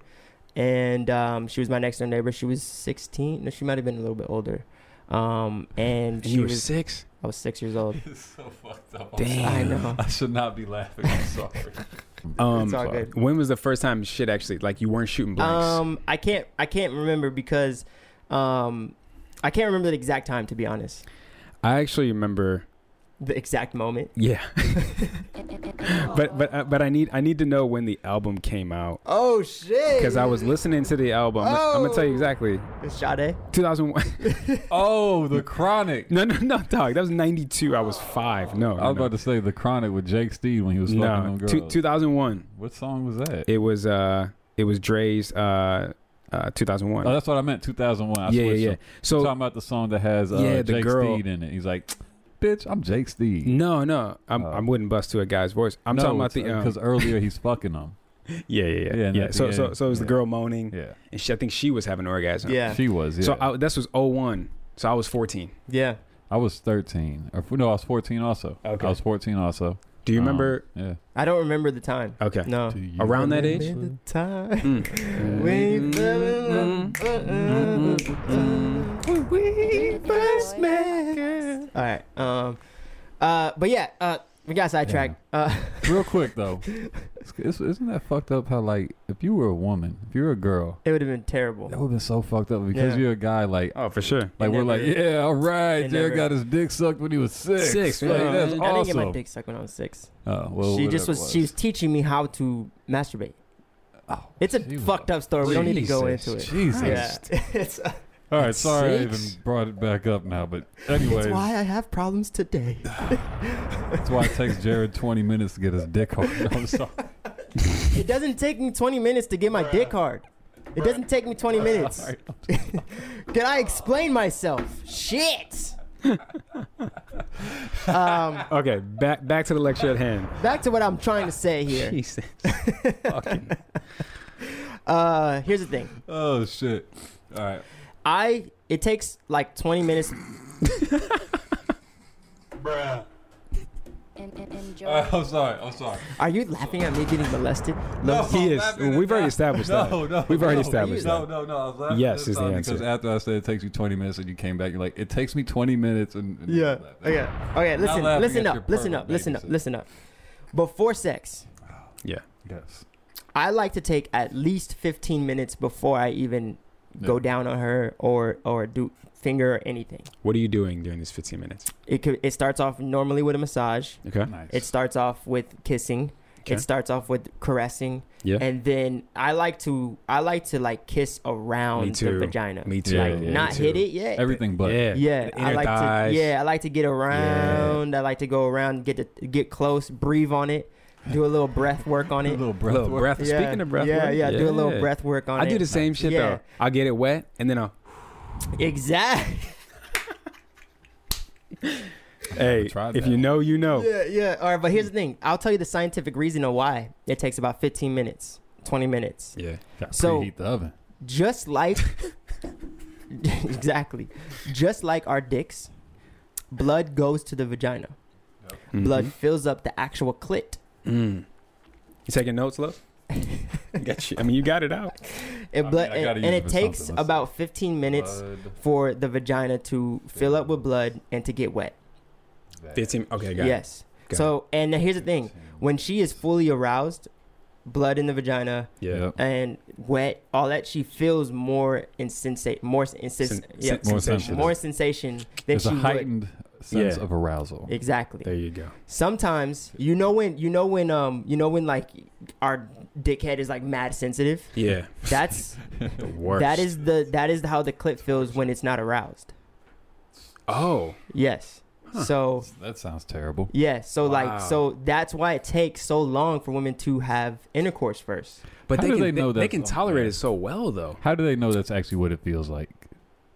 Speaker 1: and um, she was my next door neighbor. She was 16. No, she might have been a little bit older. Um, and she
Speaker 2: you were
Speaker 1: was.
Speaker 2: six.
Speaker 1: I was six years old.
Speaker 3: It's so fucked up.
Speaker 2: Damn.
Speaker 1: I know.
Speaker 3: I should not be laughing. I'm sorry.
Speaker 2: Um,
Speaker 1: It's all good.
Speaker 2: when was the first time shit actually like you weren't shooting blanks?
Speaker 1: Um, I can't. I can't remember because, um, I can't remember the exact time to be honest.
Speaker 2: I actually remember.
Speaker 1: The exact moment.
Speaker 2: Yeah, but but uh, but I need I need to know when the album came out
Speaker 1: Oh shit!
Speaker 2: because I was listening to the album. I'm gonna tell you
Speaker 1: Oh.
Speaker 2: exactly.
Speaker 1: Sade.
Speaker 2: 2001.
Speaker 3: oh, the chronic.
Speaker 2: no no no, dog. That was 92. I was five. No,
Speaker 3: I was about to say the chronic with Jake Steed when he was fucking
Speaker 2: no.
Speaker 3: them
Speaker 2: no.
Speaker 3: girls.
Speaker 2: Two, 2001.
Speaker 3: what song was that?
Speaker 2: It was uh it was Dre's uh uh 2001.
Speaker 3: oh, that's what I meant. 2001. I
Speaker 2: yeah yeah
Speaker 3: switched
Speaker 2: yeah.
Speaker 3: them.
Speaker 2: So
Speaker 3: talking about the song that has uh,
Speaker 2: Yeah, the
Speaker 3: Jake
Speaker 2: girl-
Speaker 3: Steed in it. He's like, "Bitch, I'm Jake Steed."
Speaker 2: no no, I'm,
Speaker 3: Oh.
Speaker 2: I wouldn't bust to a guy's voice. I'm
Speaker 3: No,
Speaker 2: talking about
Speaker 3: it's,
Speaker 2: the um,
Speaker 3: uh, earlier he's fucking them.
Speaker 2: yeah yeah yeah.
Speaker 3: Yeah,
Speaker 2: yeah,
Speaker 3: and at the
Speaker 2: So so
Speaker 3: end,
Speaker 2: so it was the
Speaker 3: yeah.
Speaker 2: girl moaning
Speaker 3: Yeah.
Speaker 2: and she, I think she was having an orgasm.
Speaker 1: Yeah.
Speaker 3: she was. Yeah,
Speaker 2: So I, this was 01. So I was 14.
Speaker 1: Yeah.
Speaker 3: I was 13. Or f- no, I was 14 also.
Speaker 2: Okay.
Speaker 3: I was 14 also.
Speaker 2: Do you
Speaker 3: Um,
Speaker 2: remember?
Speaker 3: yeah.
Speaker 1: I don't remember the time.
Speaker 3: Uh-huh.
Speaker 2: okay.
Speaker 1: No.
Speaker 3: Do you
Speaker 2: Around that
Speaker 3: remember
Speaker 2: age?
Speaker 1: Remember the time.
Speaker 2: Mm.
Speaker 1: We fell in love. Uh-uh. We first met. All right. Um. Uh. But yeah. Uh. We got sidetracked. Uh.
Speaker 3: Real quick though, it's, it's- isn't that fucked up? How like if you were a woman, if you were a girl,
Speaker 1: It would have been
Speaker 3: that would
Speaker 1: terrible. Uh,
Speaker 3: have been so fucked up because
Speaker 1: Yeah.
Speaker 3: you're a guy. Like
Speaker 2: Oh, for sure.
Speaker 3: like
Speaker 1: never-
Speaker 3: we're like yeah, all right,
Speaker 1: it
Speaker 3: Jared
Speaker 1: never-
Speaker 3: got his dick sucked when he was six.
Speaker 2: Six,
Speaker 3: Like,
Speaker 2: yeah.
Speaker 3: that's awesome.
Speaker 1: I didn't get my dick sucked when I was six.
Speaker 3: Oh, well,
Speaker 1: she just
Speaker 3: whatever
Speaker 1: was,
Speaker 3: it
Speaker 1: She was teaching me how to masturbate.
Speaker 3: Oh,
Speaker 1: It's a
Speaker 3: she was
Speaker 1: fucked up story. We don't need to go
Speaker 2: Jesus.
Speaker 1: into it.
Speaker 3: Jesus.
Speaker 1: Yeah. it's, uh,
Speaker 3: All right, sorry I
Speaker 2: Six?
Speaker 3: even brought it back up now, but anyways,
Speaker 1: it's why I have problems today.
Speaker 3: that's why it takes Jared 20 minutes to get his dick hard. I'm sorry.
Speaker 1: It doesn't take me 20 minutes to get my dick hard. It doesn't take me 20 minutes.
Speaker 3: Sorry.
Speaker 1: Can I explain myself? Shit. um,
Speaker 2: Okay, back back to the lecture at hand.
Speaker 1: back to what I'm trying to say here.
Speaker 2: Jesus.
Speaker 1: Uh, here's the thing.
Speaker 3: Oh shit. All right.
Speaker 1: I it takes like 20 minutes.
Speaker 3: right. I'm sorry. I'm sorry.
Speaker 1: Are you laughing at me getting molested?
Speaker 3: No,
Speaker 1: Look,
Speaker 2: He
Speaker 3: I'm
Speaker 2: is.
Speaker 3: laughing at
Speaker 2: We've already
Speaker 3: that.
Speaker 2: established that.
Speaker 3: No, no.
Speaker 2: We've already
Speaker 3: no.
Speaker 2: established
Speaker 3: No,
Speaker 2: that.
Speaker 3: no, no. I was laughing
Speaker 2: Yes
Speaker 3: this
Speaker 2: is the
Speaker 3: time
Speaker 2: answer.
Speaker 3: Because after I said it takes you 20 minutes and you came back, you're like, it takes me 20 minutes and. and
Speaker 1: Yeah.
Speaker 3: that- that-
Speaker 1: Okay. Okay. Listen.
Speaker 3: laughing
Speaker 1: Listen
Speaker 3: at your
Speaker 1: up. Listen
Speaker 3: pervert
Speaker 1: up. Listen up.
Speaker 3: babysitter.
Speaker 1: Listen up. Before sex,
Speaker 2: Yeah.
Speaker 3: Yes.
Speaker 1: I like to take at least 15 minutes before I even go
Speaker 3: Yeah.
Speaker 1: down on her or or do finger or anything.
Speaker 2: What are you doing during these 15 minutes?
Speaker 1: It could, it starts off normally with a massage.
Speaker 2: Okay.
Speaker 3: Nice.
Speaker 1: It starts off with kissing.
Speaker 2: Okay.
Speaker 1: It starts off with caressing,
Speaker 2: Yeah.
Speaker 1: and then I like to I like to like kiss around the
Speaker 2: too.
Speaker 1: vagina.
Speaker 2: Me too.
Speaker 1: Like
Speaker 3: Yeah,
Speaker 1: not
Speaker 2: me too.
Speaker 1: hit it yet.
Speaker 3: Everything but.
Speaker 2: yeah.
Speaker 1: Yeah,
Speaker 2: The inner
Speaker 1: I like
Speaker 2: thighs.
Speaker 1: to. Yeah, I like to get around. I like to go around, get to get close, breathe on it, do a little breath work on
Speaker 3: A
Speaker 1: it.
Speaker 3: little
Speaker 2: A
Speaker 3: breath.
Speaker 2: little
Speaker 3: work.
Speaker 2: breath.
Speaker 1: Yeah,
Speaker 2: Speaking of breath,
Speaker 1: yeah,
Speaker 2: work,
Speaker 1: yeah, do a little breath work on
Speaker 2: I
Speaker 1: it.
Speaker 2: do the same shit
Speaker 1: Yeah.
Speaker 2: though. I'll get it wet and then I'll.
Speaker 1: Exactly.
Speaker 2: Hey,
Speaker 3: tried
Speaker 2: if
Speaker 3: that.
Speaker 2: you know, you know.
Speaker 1: Yeah, yeah. All right, but here's the thing. I'll tell you the scientific reason of why it takes about 15 minutes, 20 minutes.
Speaker 2: Yeah.
Speaker 3: Gotta
Speaker 1: So-
Speaker 3: preheat the oven.
Speaker 1: just like exactly just like our dicks blood goes to the vagina
Speaker 3: Mm-hmm.
Speaker 2: Mhm.
Speaker 1: blood fills up the actual clit
Speaker 2: Mm. You taking notes, love? got you. I mean, you got it out.
Speaker 1: and
Speaker 3: I
Speaker 1: blood
Speaker 3: mean, I gotta
Speaker 1: and,
Speaker 3: use
Speaker 1: and
Speaker 3: it
Speaker 1: it
Speaker 3: for
Speaker 1: takes
Speaker 3: something, let's
Speaker 1: about 15 minutes
Speaker 2: Uh,
Speaker 3: Bud,
Speaker 1: for the vagina to fill up with blood and to get wet
Speaker 3: that.
Speaker 2: 15. Okay, got it.
Speaker 1: yes
Speaker 2: Got
Speaker 1: so and here's the thing when she is fully aroused blood in the vagina
Speaker 2: Yeah.
Speaker 3: Yep.
Speaker 1: and wet all that she feels more insensate more insensate
Speaker 2: Sen-
Speaker 1: yeah,
Speaker 2: sen-
Speaker 3: More
Speaker 2: sensation.
Speaker 1: more sensation than
Speaker 3: There's
Speaker 1: she
Speaker 3: a
Speaker 1: would.
Speaker 3: heightened sense
Speaker 2: Yeah.
Speaker 3: of arousal.
Speaker 1: exactly
Speaker 2: There you go.
Speaker 1: sometimes you know when you know when um you know when like our dickhead is like mad sensitive
Speaker 2: Yeah.
Speaker 1: that's
Speaker 2: The worst.
Speaker 1: that is the that is how the clip feels when it's not aroused
Speaker 2: Oh.
Speaker 1: yes
Speaker 2: Huh.
Speaker 1: so
Speaker 3: That sounds terrible.
Speaker 1: yeah so
Speaker 2: Wow.
Speaker 1: like so that's why it takes so long for women to have intercourse first
Speaker 2: But
Speaker 3: How
Speaker 2: they
Speaker 3: do
Speaker 2: can,
Speaker 3: they know
Speaker 2: they,
Speaker 3: that's
Speaker 2: can
Speaker 3: on
Speaker 2: tolerate
Speaker 3: there?
Speaker 2: it so well, though.
Speaker 3: How do they know that's actually what it feels like?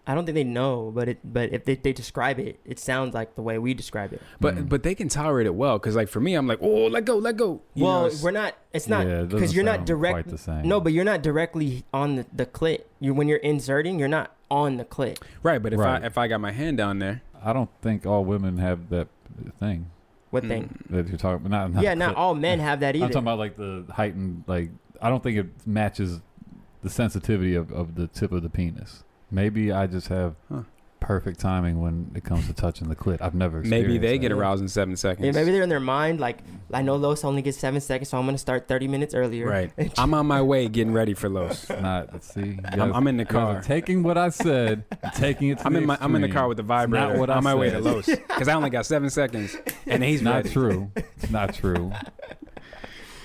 Speaker 1: I don't think they know, but it but if they, they describe it, it sounds like the way we describe it.
Speaker 2: But
Speaker 3: Mm.
Speaker 2: but they can tolerate it well because like for me, I'm like, oh, let go, let go. You know,
Speaker 1: well,
Speaker 2: it's-
Speaker 1: we're not. It's not
Speaker 3: Yeah, it doesn't
Speaker 1: because you're not
Speaker 3: sound
Speaker 1: direct.
Speaker 3: quite the same.
Speaker 1: No, but you're not directly on the, the clit. You when you're inserting, you're not on the clit.
Speaker 2: right. But if
Speaker 3: Right.
Speaker 2: I if I got my hand down there,
Speaker 3: I don't think all women have that thing
Speaker 2: Mm,
Speaker 1: What thing?
Speaker 3: that you're talking. Not, not
Speaker 1: yeah, not all men have that
Speaker 3: I'm
Speaker 1: either.
Speaker 3: talking about like the heightened. Like I don't think it matches the sensitivity of, of the tip of the penis. Maybe I just have
Speaker 2: Huh.
Speaker 3: perfect timing when it comes to touching the clit. I've never.
Speaker 2: mm, maybe
Speaker 3: experienced
Speaker 2: they
Speaker 3: that.
Speaker 2: get aroused in seven seconds.
Speaker 1: Yeah, maybe they're in their mind like I know Los only gets seven seconds, so I'm gonna start thirty minutes earlier.
Speaker 2: Right. I'm on my way getting ready for Los.
Speaker 3: Not see. you guys-
Speaker 2: I'm, I'm in the
Speaker 3: you guys are
Speaker 2: car.
Speaker 3: taking what I said, and taking it. To
Speaker 2: I'm
Speaker 3: the
Speaker 2: in my I'm in the
Speaker 3: extreme.
Speaker 2: car with the vibrator
Speaker 3: not what I
Speaker 2: on my way to
Speaker 3: said.
Speaker 2: Los because I only got seven seconds and he's
Speaker 3: not
Speaker 2: ready.
Speaker 3: true. It's not true.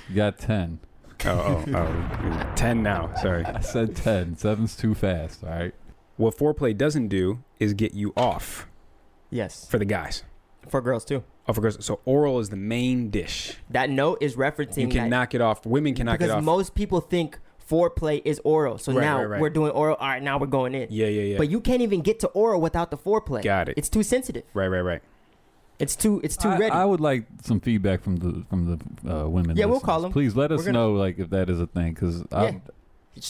Speaker 3: You got ten.
Speaker 2: Oh, oh, oh. 10 now. Sorry.
Speaker 3: I said ten. Seven's too fast. All right.
Speaker 2: What foreplay doesn't do is get you off
Speaker 1: Yes.
Speaker 2: for the guys.
Speaker 1: For girls too.
Speaker 2: Oh, for girls. So oral is the main dish.
Speaker 1: That note is referencing
Speaker 2: You can
Speaker 1: that
Speaker 2: knock it off. Women cannot get
Speaker 1: because
Speaker 2: off.
Speaker 1: most people think foreplay is oral. So
Speaker 2: Right,
Speaker 1: now
Speaker 2: right, right.
Speaker 1: we're doing oral. All right, now we're going in.
Speaker 2: yeah, yeah, yeah.
Speaker 1: But you can't even get to oral without the foreplay.
Speaker 2: Got it.
Speaker 1: It's too sensitive.
Speaker 2: right, right, right.
Speaker 1: It's too. It's too
Speaker 3: I,
Speaker 1: ready.
Speaker 3: I would like some feedback from the from the uh, women.
Speaker 1: Yeah, we'll
Speaker 3: listeners.
Speaker 1: call 'em.
Speaker 3: Please let us
Speaker 1: We're gonna-
Speaker 3: know like if that is a thing, because
Speaker 1: Yeah.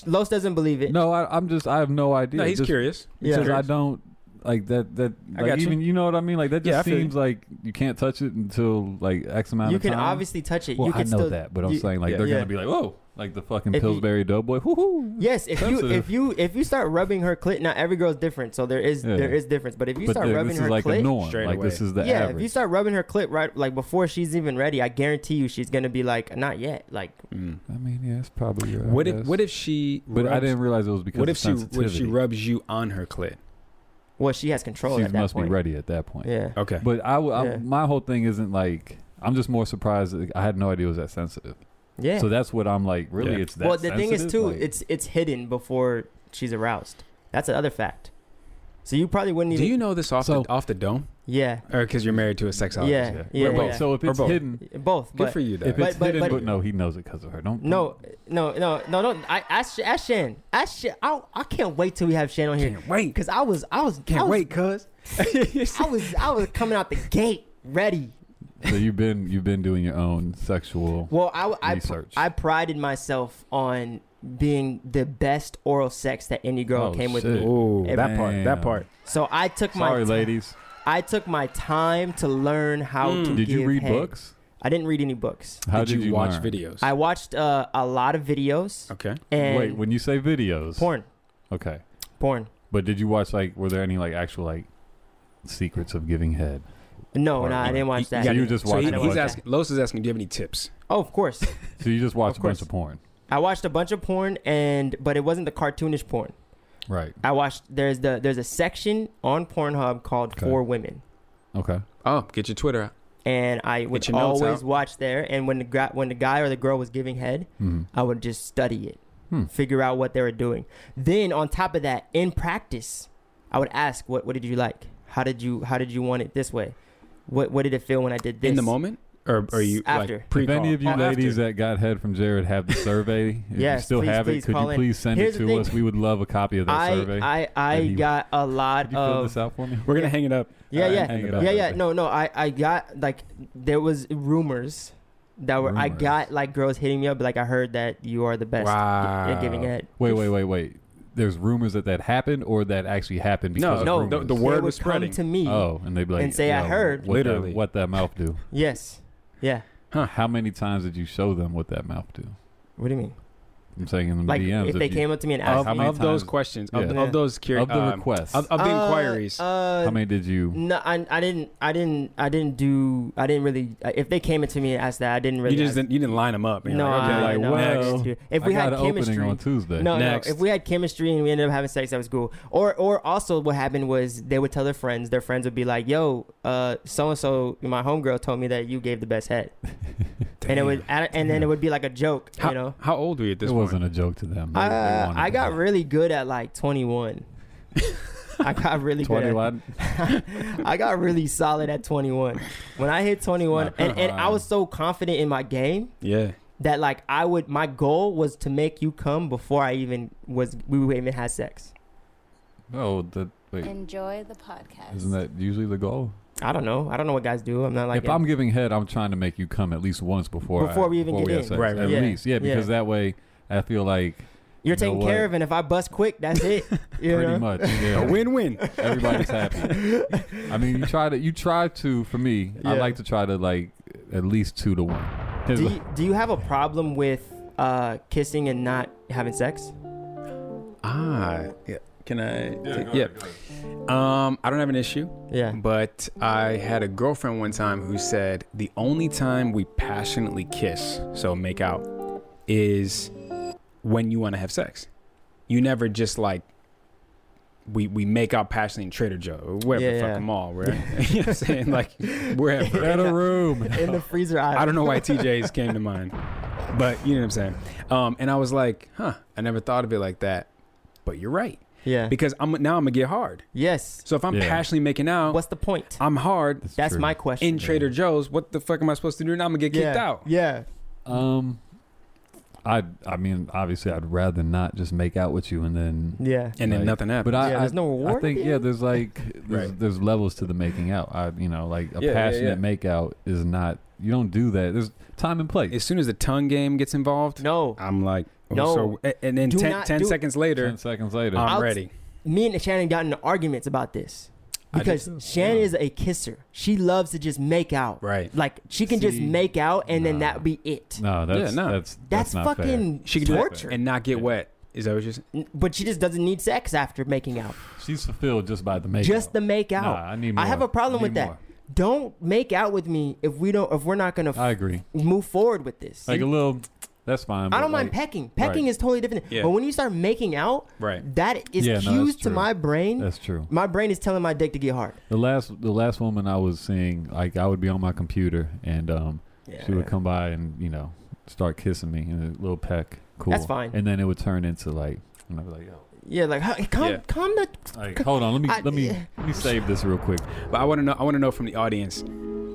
Speaker 1: Los doesn't believe it.
Speaker 3: no, I, I'm just I have no idea.
Speaker 2: No, he's
Speaker 3: just,
Speaker 2: curious.
Speaker 1: Yeah.
Speaker 3: because I don't like that that
Speaker 2: I
Speaker 3: like,
Speaker 2: got you.
Speaker 3: even you. know what I mean. Like that
Speaker 2: Yeah, I
Speaker 3: just
Speaker 2: feel you.
Speaker 3: seems like you can't touch it until like X amount
Speaker 1: you
Speaker 3: of
Speaker 1: can
Speaker 3: time.
Speaker 1: obviously touch it.
Speaker 3: Well,
Speaker 1: you can
Speaker 3: I know
Speaker 1: still,
Speaker 3: that, but I'm
Speaker 1: you-
Speaker 3: saying like
Speaker 2: Yeah.
Speaker 3: they're
Speaker 1: Yeah.
Speaker 3: gonna be like, whoa, like the fucking
Speaker 1: If you-
Speaker 3: Pillsbury Doughboy. Woo-hoo.
Speaker 1: Yes, if you
Speaker 3: Sensitive.
Speaker 1: if you if you start rubbing her clit, now every girl's different, so there is
Speaker 3: Yeah.
Speaker 1: there is difference. But if you
Speaker 3: but
Speaker 1: start
Speaker 3: the-
Speaker 1: rubbing
Speaker 3: this
Speaker 1: her
Speaker 3: is like
Speaker 1: clit,
Speaker 3: the norm.
Speaker 2: Straight
Speaker 3: like this
Speaker 2: away.
Speaker 3: is the
Speaker 1: yeah, if you
Speaker 3: average.
Speaker 1: start rubbing her clit right like before she's even ready, I guarantee you she's gonna be like, not yet. Like
Speaker 2: Mm.
Speaker 3: I mean, yeah, it's probably right, I
Speaker 2: What if
Speaker 3: guess.
Speaker 2: what if she
Speaker 3: But I
Speaker 2: rubs-
Speaker 3: didn't realize it was because
Speaker 2: what
Speaker 3: of
Speaker 2: if she what if she
Speaker 3: sensitivity.
Speaker 2: rubs you on her clit?
Speaker 1: well, she has control
Speaker 3: She
Speaker 1: at that
Speaker 3: must
Speaker 1: point.
Speaker 3: be ready at that point.
Speaker 1: Yeah.
Speaker 2: Okay.
Speaker 3: But I, w- I-
Speaker 1: Yeah.
Speaker 3: my whole thing isn't like I'm just more surprised. That I had no idea it was that sensitive.
Speaker 1: Yeah.
Speaker 3: So that's what I'm like. Really,
Speaker 2: Yeah.
Speaker 3: it's that.
Speaker 1: well, the thing is
Speaker 3: sensitive?
Speaker 1: too,
Speaker 3: Like,
Speaker 1: it's it's hidden before she's aroused. That's another fact. So you probably wouldn't
Speaker 2: Do
Speaker 1: even.
Speaker 2: you know this off
Speaker 3: So-
Speaker 2: the off the dome?
Speaker 1: yeah.
Speaker 2: Or because you're married to a sexologist?
Speaker 1: Yeah,
Speaker 3: yeah.
Speaker 1: yeah,
Speaker 3: Or both.
Speaker 1: yeah.
Speaker 3: So if
Speaker 2: Or
Speaker 3: it's
Speaker 2: both.
Speaker 3: hidden,
Speaker 1: Both.
Speaker 2: Good
Speaker 1: but
Speaker 2: for you. Though.
Speaker 3: if it's
Speaker 1: But- but-
Speaker 3: hidden,
Speaker 1: but-
Speaker 3: but, no, he knows it because of her. Don't
Speaker 1: No, no, no, no, no. I, I, sh- I Shan, I, sh- I, I can't wait till we have Shan on here.
Speaker 2: Can't wait.
Speaker 1: Cause I was, I was, I
Speaker 2: Can't
Speaker 1: was,
Speaker 2: wait, cuz.
Speaker 1: I was, I was coming out the gate ready.
Speaker 3: So you've been you've been doing your own sexual.
Speaker 1: Well, I, I,
Speaker 3: Research.
Speaker 1: I prided myself on being the best oral sex that any girl
Speaker 3: Oh,
Speaker 1: came with
Speaker 3: shit.
Speaker 1: me.
Speaker 2: Oh, that part. That
Speaker 3: Damn.
Speaker 2: part.
Speaker 1: So I took
Speaker 3: Sorry,
Speaker 1: my, ti-
Speaker 3: ladies.
Speaker 1: I took my time to learn how
Speaker 2: Mm.
Speaker 1: to.
Speaker 3: Did you
Speaker 1: give
Speaker 3: read
Speaker 1: head.
Speaker 3: books?
Speaker 1: I didn't read any books.
Speaker 3: How did, you
Speaker 2: watch
Speaker 3: learn?
Speaker 2: videos?
Speaker 1: I watched uh, a lot of videos
Speaker 2: okay.
Speaker 1: and
Speaker 3: Uh, Wait, when you say videos,
Speaker 1: porn,
Speaker 3: Okay,
Speaker 1: porn.
Speaker 3: but did you watch like? Were there any like actual like secrets of giving head?
Speaker 1: No,
Speaker 3: Porn,
Speaker 1: no, I
Speaker 3: right.
Speaker 1: didn't watch
Speaker 2: You-
Speaker 1: that.
Speaker 3: so you just
Speaker 2: So he,
Speaker 3: watching.
Speaker 1: I
Speaker 3: a
Speaker 1: don't
Speaker 2: he's
Speaker 1: watch
Speaker 2: asking. Los is asking. Do you have any tips?
Speaker 1: Oh, of course.
Speaker 3: bunch- so you just watch
Speaker 1: Of
Speaker 3: a bunch
Speaker 1: course.
Speaker 3: of porn,
Speaker 1: I watched a bunch of porn, and but it wasn't the cartoonish porn.
Speaker 3: right?
Speaker 1: I watched there's the there's a section on Pornhub called
Speaker 3: Okay.
Speaker 1: For Women,
Speaker 3: Okay.
Speaker 2: Oh, get your Twitter. out.
Speaker 1: and I would
Speaker 2: your notes
Speaker 1: always
Speaker 2: out.
Speaker 1: watch there. And when the guy when the guy or the girl was giving head,
Speaker 3: Mhm.
Speaker 1: I would just study it,
Speaker 3: Hmm.
Speaker 1: figure out what they were doing. Then on top of that, in practice, I would ask, "What what did you like? How did you how did you want it this way? What what did it feel when I did this
Speaker 2: in the moment, or are you
Speaker 1: Oh,
Speaker 2: uh,
Speaker 1: After.
Speaker 2: Like, pre
Speaker 3: if any of you ladies that got head from Jared have the survey, if
Speaker 1: Yes,
Speaker 3: you still
Speaker 1: please,
Speaker 3: have
Speaker 1: please
Speaker 3: it, could
Speaker 1: call
Speaker 3: you
Speaker 1: in.
Speaker 3: please send
Speaker 1: Here's
Speaker 3: it
Speaker 1: the
Speaker 3: to
Speaker 1: thing.
Speaker 3: us? We would love a copy of that survey.
Speaker 1: I I I
Speaker 3: that he-
Speaker 1: got a lot
Speaker 3: could you fill
Speaker 1: of
Speaker 3: this out for me?
Speaker 2: we're gonna hang it up.
Speaker 1: Yeah,
Speaker 3: Uh,
Speaker 1: yeah,
Speaker 3: hang it
Speaker 1: yeah,
Speaker 3: up.
Speaker 1: yeah. No, no. I, I got like there was rumors that were I
Speaker 3: Rumors.
Speaker 1: got like girls hitting me up like I heard that you are the best
Speaker 2: Wow.
Speaker 1: at giving head.
Speaker 3: Wait, wait, wait, wait. There's rumors that that happened, or that actually happened because
Speaker 2: No,
Speaker 1: no,
Speaker 3: of
Speaker 2: the,
Speaker 3: rumors?
Speaker 2: the word
Speaker 1: They
Speaker 2: was
Speaker 1: would come
Speaker 2: spreading.
Speaker 1: to me.
Speaker 3: Oh, and they'd be like,
Speaker 1: And say, "I
Speaker 3: "Yo,
Speaker 1: heard."
Speaker 3: what
Speaker 2: Literally.
Speaker 3: that, what that mouth do."
Speaker 1: Yes. Yeah.
Speaker 3: How many times did you show them what that mouth do?
Speaker 1: What do you mean?
Speaker 3: I'm saying in the
Speaker 1: Like
Speaker 3: DMs.
Speaker 1: if they
Speaker 3: you-
Speaker 1: came up to me and
Speaker 2: of
Speaker 1: asked
Speaker 3: how
Speaker 1: me
Speaker 3: many
Speaker 2: of those
Speaker 3: times-
Speaker 2: questions, of,
Speaker 1: Yeah.
Speaker 2: of those curi-
Speaker 3: of the
Speaker 2: um,
Speaker 3: requests,
Speaker 2: of, of the
Speaker 1: Uh,
Speaker 2: inquiries.
Speaker 1: Uh,
Speaker 3: how many did you?
Speaker 1: no, I, I didn't, I didn't, I didn't do, I didn't really. uh, If they came up to me and asked that, I didn't really.
Speaker 2: you just
Speaker 1: ask-
Speaker 2: didn't you didn't line them up. and you're
Speaker 1: No,
Speaker 2: like, okay,
Speaker 1: I,
Speaker 2: like,
Speaker 1: no, I
Speaker 2: next.
Speaker 1: didn't do it. If
Speaker 3: I
Speaker 1: we
Speaker 3: got
Speaker 1: had
Speaker 3: an
Speaker 1: chemistry,
Speaker 3: opening on Tuesday.
Speaker 1: No,
Speaker 2: Next.
Speaker 1: no. If we had chemistry and we ended up having sex, that was cool. Or, or also, what happened was they would tell their friends. Their friends would be like, "Yo, so and so, my homegirl told me that you gave the best head," and it would, and then it would be like a joke,
Speaker 2: How,
Speaker 1: you know.
Speaker 2: how old were you at this
Speaker 3: it
Speaker 2: point?
Speaker 3: wasn't a joke to them. They- they
Speaker 1: Uh,
Speaker 3: wanted
Speaker 1: I
Speaker 3: to
Speaker 1: got
Speaker 3: know.
Speaker 1: really good at like 21. I got really good. At,
Speaker 3: 21.
Speaker 1: I got really solid at 21. When I hit 21,
Speaker 3: It's my
Speaker 1: and, and I
Speaker 3: prime.
Speaker 1: was so confident in my game
Speaker 2: Yeah.
Speaker 1: that like I would. My goal was to make you come before I even was. We even had sex.
Speaker 3: Oh, the Wait,
Speaker 5: Enjoy the podcast.
Speaker 3: isn't that usually the goal?
Speaker 1: I don't know. I don't know what guys do. I'm not like
Speaker 3: if I'm giving head, I'm trying to make you come at least once before
Speaker 1: Before
Speaker 3: I,
Speaker 1: we even get
Speaker 3: have
Speaker 1: in.
Speaker 3: sex.
Speaker 2: Right,
Speaker 3: At
Speaker 2: right.
Speaker 1: Yeah.
Speaker 3: least, yeah, because
Speaker 1: Yeah.
Speaker 3: that way I feel like
Speaker 1: you're
Speaker 3: you know
Speaker 1: taking care
Speaker 3: what?
Speaker 1: of, and if I bust quick, that's it. You
Speaker 3: pretty
Speaker 1: know?
Speaker 3: much yeah.
Speaker 2: Win-win.
Speaker 3: everybody's happy. I mean, you try to you try to for me. I
Speaker 1: Yeah.
Speaker 3: like to try to like at least two to one.
Speaker 1: Do you, do you have a problem with uh, kissing and not having sex?
Speaker 2: Ah, yeah. Can I? take- Yeah. Um, I don't have an issue,
Speaker 1: Yeah.
Speaker 2: but I had a girlfriend one time who said the only time we passionately kiss, so make out, is when you want to have sex. You never just like we we make out passionately in Trader Joe or wherever
Speaker 1: Yeah,
Speaker 2: fuck
Speaker 1: yeah.
Speaker 2: them all, right? you know what I'm saying? Like wherever.
Speaker 3: Better room.
Speaker 1: In the freezer aisle.
Speaker 2: I don't know why TJ's came to mind, but you know what I'm saying. Um, and I was like, huh, I never thought of it like that, but you're right
Speaker 1: Yeah.
Speaker 2: because I'm now I'm gonna get hard.
Speaker 1: yes.
Speaker 2: So if I'm
Speaker 3: Yeah.
Speaker 2: passionately making out,
Speaker 1: What's the point?
Speaker 2: I'm hard
Speaker 1: That's
Speaker 3: true.
Speaker 1: my
Speaker 2: in
Speaker 1: question.
Speaker 2: Trader Joe's. What the fuck am I supposed to do? Now I'm gonna get kicked
Speaker 1: yeah.
Speaker 2: out.
Speaker 1: Yeah.
Speaker 3: Um, I I mean, obviously, I'd rather not just make out with you and then.
Speaker 1: Yeah.
Speaker 2: And then
Speaker 3: Right.
Speaker 2: nothing
Speaker 3: But
Speaker 2: happened.
Speaker 3: I,
Speaker 1: Yeah,
Speaker 3: I-
Speaker 1: there's no
Speaker 3: I
Speaker 1: reward
Speaker 3: think
Speaker 1: here.
Speaker 3: yeah, there's like there's,
Speaker 2: Right.
Speaker 3: there's levels to the making out. I you know like a
Speaker 2: Yeah, yeah,
Speaker 3: passionate
Speaker 2: yeah.
Speaker 3: make out is not you don't do that. There's time and place.
Speaker 2: as soon as the tongue game gets involved,
Speaker 1: No.
Speaker 2: I'm like, oh,
Speaker 1: No.
Speaker 2: So, a- and then
Speaker 1: Do
Speaker 2: 10,
Speaker 1: not
Speaker 2: 10
Speaker 1: do-
Speaker 2: seconds later, Um,
Speaker 3: Ten seconds later,
Speaker 2: I'm
Speaker 1: I'll-
Speaker 2: ready.
Speaker 1: Me and Shannon got into arguments about this.
Speaker 2: I do
Speaker 1: Because
Speaker 2: too.
Speaker 1: Shannon
Speaker 2: Yeah.
Speaker 1: is a kisser. She loves to just make out.
Speaker 2: Right.
Speaker 1: Like she can just
Speaker 3: See,
Speaker 1: make out and then
Speaker 3: nah.
Speaker 1: that be it.
Speaker 3: no, that's
Speaker 2: no.
Speaker 3: that's
Speaker 1: That's,
Speaker 3: not fair.
Speaker 1: fucking
Speaker 2: She can do that
Speaker 1: torture.
Speaker 2: and not get
Speaker 3: Yeah.
Speaker 2: wet. Is that what you're saying?
Speaker 1: N- But she just doesn't need sex after making out.
Speaker 3: She's fulfilled just by the make
Speaker 1: just
Speaker 3: out.
Speaker 1: the make out.
Speaker 3: Nah, I need more.
Speaker 1: I have a problem
Speaker 3: I
Speaker 1: with
Speaker 3: need
Speaker 1: that.
Speaker 3: more.
Speaker 1: Don't make out with me if we don't if we're not gonna f-
Speaker 3: I agree.
Speaker 1: move forward with this.
Speaker 3: Like a little, that's fine.
Speaker 1: I
Speaker 3: but
Speaker 1: don't mind
Speaker 3: like-
Speaker 1: pecking. Pecking
Speaker 3: Right.
Speaker 1: is totally different.
Speaker 2: Yeah.
Speaker 1: But when you start making out,
Speaker 2: Right.
Speaker 1: that is
Speaker 3: Yeah, no, that's
Speaker 1: cues to
Speaker 3: true.
Speaker 1: my brain.
Speaker 3: That's true.
Speaker 1: my brain is telling my dick to get hard.
Speaker 3: The last, the last woman I was seeing, like I would be on my computer, and um, she would come by and you know start kissing me, and a little peck, cool.
Speaker 1: That's fine.
Speaker 3: And then it would turn into like, and I'd be like, yo,
Speaker 1: Yeah, like huh, come,
Speaker 2: Yeah.
Speaker 1: come the
Speaker 3: like, hold on, let me,
Speaker 1: I-
Speaker 3: let me, let me save this real quick.
Speaker 2: But I want to know. I want to know from the audience,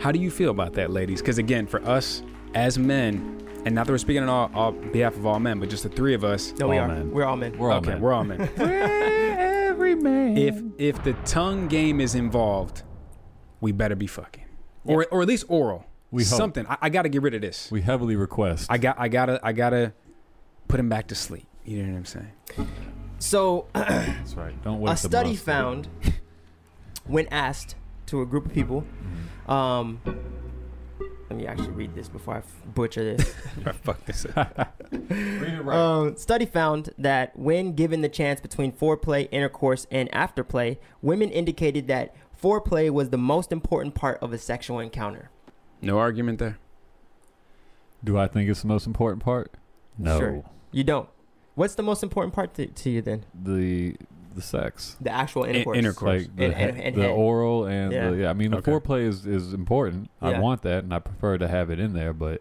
Speaker 2: how do you feel about that, ladies? Because again, for us as men, and not that we're speaking on all, all behalf of all men, but just the three of us.
Speaker 1: No, we
Speaker 3: All
Speaker 1: are.
Speaker 3: men.
Speaker 1: We're all men.
Speaker 3: We're all
Speaker 2: okay,
Speaker 3: men.
Speaker 2: we're all men.
Speaker 3: every man.
Speaker 2: if if the tongue game is involved, we better be fucking, or or at least oral.
Speaker 3: We hope.
Speaker 2: something. I, I got to get rid of this.
Speaker 3: we heavily request,
Speaker 2: I got I gotta I gotta put him back to sleep. You know what I'm saying?
Speaker 1: So
Speaker 3: that's right. Don't
Speaker 1: a
Speaker 3: waste
Speaker 1: study
Speaker 3: monster.
Speaker 1: found when asked to a group of people
Speaker 3: Mm-hmm.
Speaker 1: um let me actually read this before I f- butcher this.
Speaker 2: I fuck this up.
Speaker 3: Read it right.
Speaker 1: um, study found that when given the chance between foreplay, intercourse, and afterplay, women indicated that foreplay was the most important part of a sexual encounter.
Speaker 2: No argument there.
Speaker 3: Do I think it's the most important part? No.
Speaker 1: Sure. You don't. What's the most important part to, to you then?
Speaker 3: The the sex.
Speaker 1: The actual intercourse.
Speaker 2: intercourse. course.
Speaker 3: Like the,
Speaker 1: And-
Speaker 3: he-
Speaker 1: and- and
Speaker 3: the
Speaker 1: head.
Speaker 3: oral and
Speaker 1: Yeah.
Speaker 3: the, yeah. I mean, the
Speaker 2: Okay.
Speaker 3: foreplay is, is important. I
Speaker 1: Yeah.
Speaker 3: want that, and I prefer to have it in there. But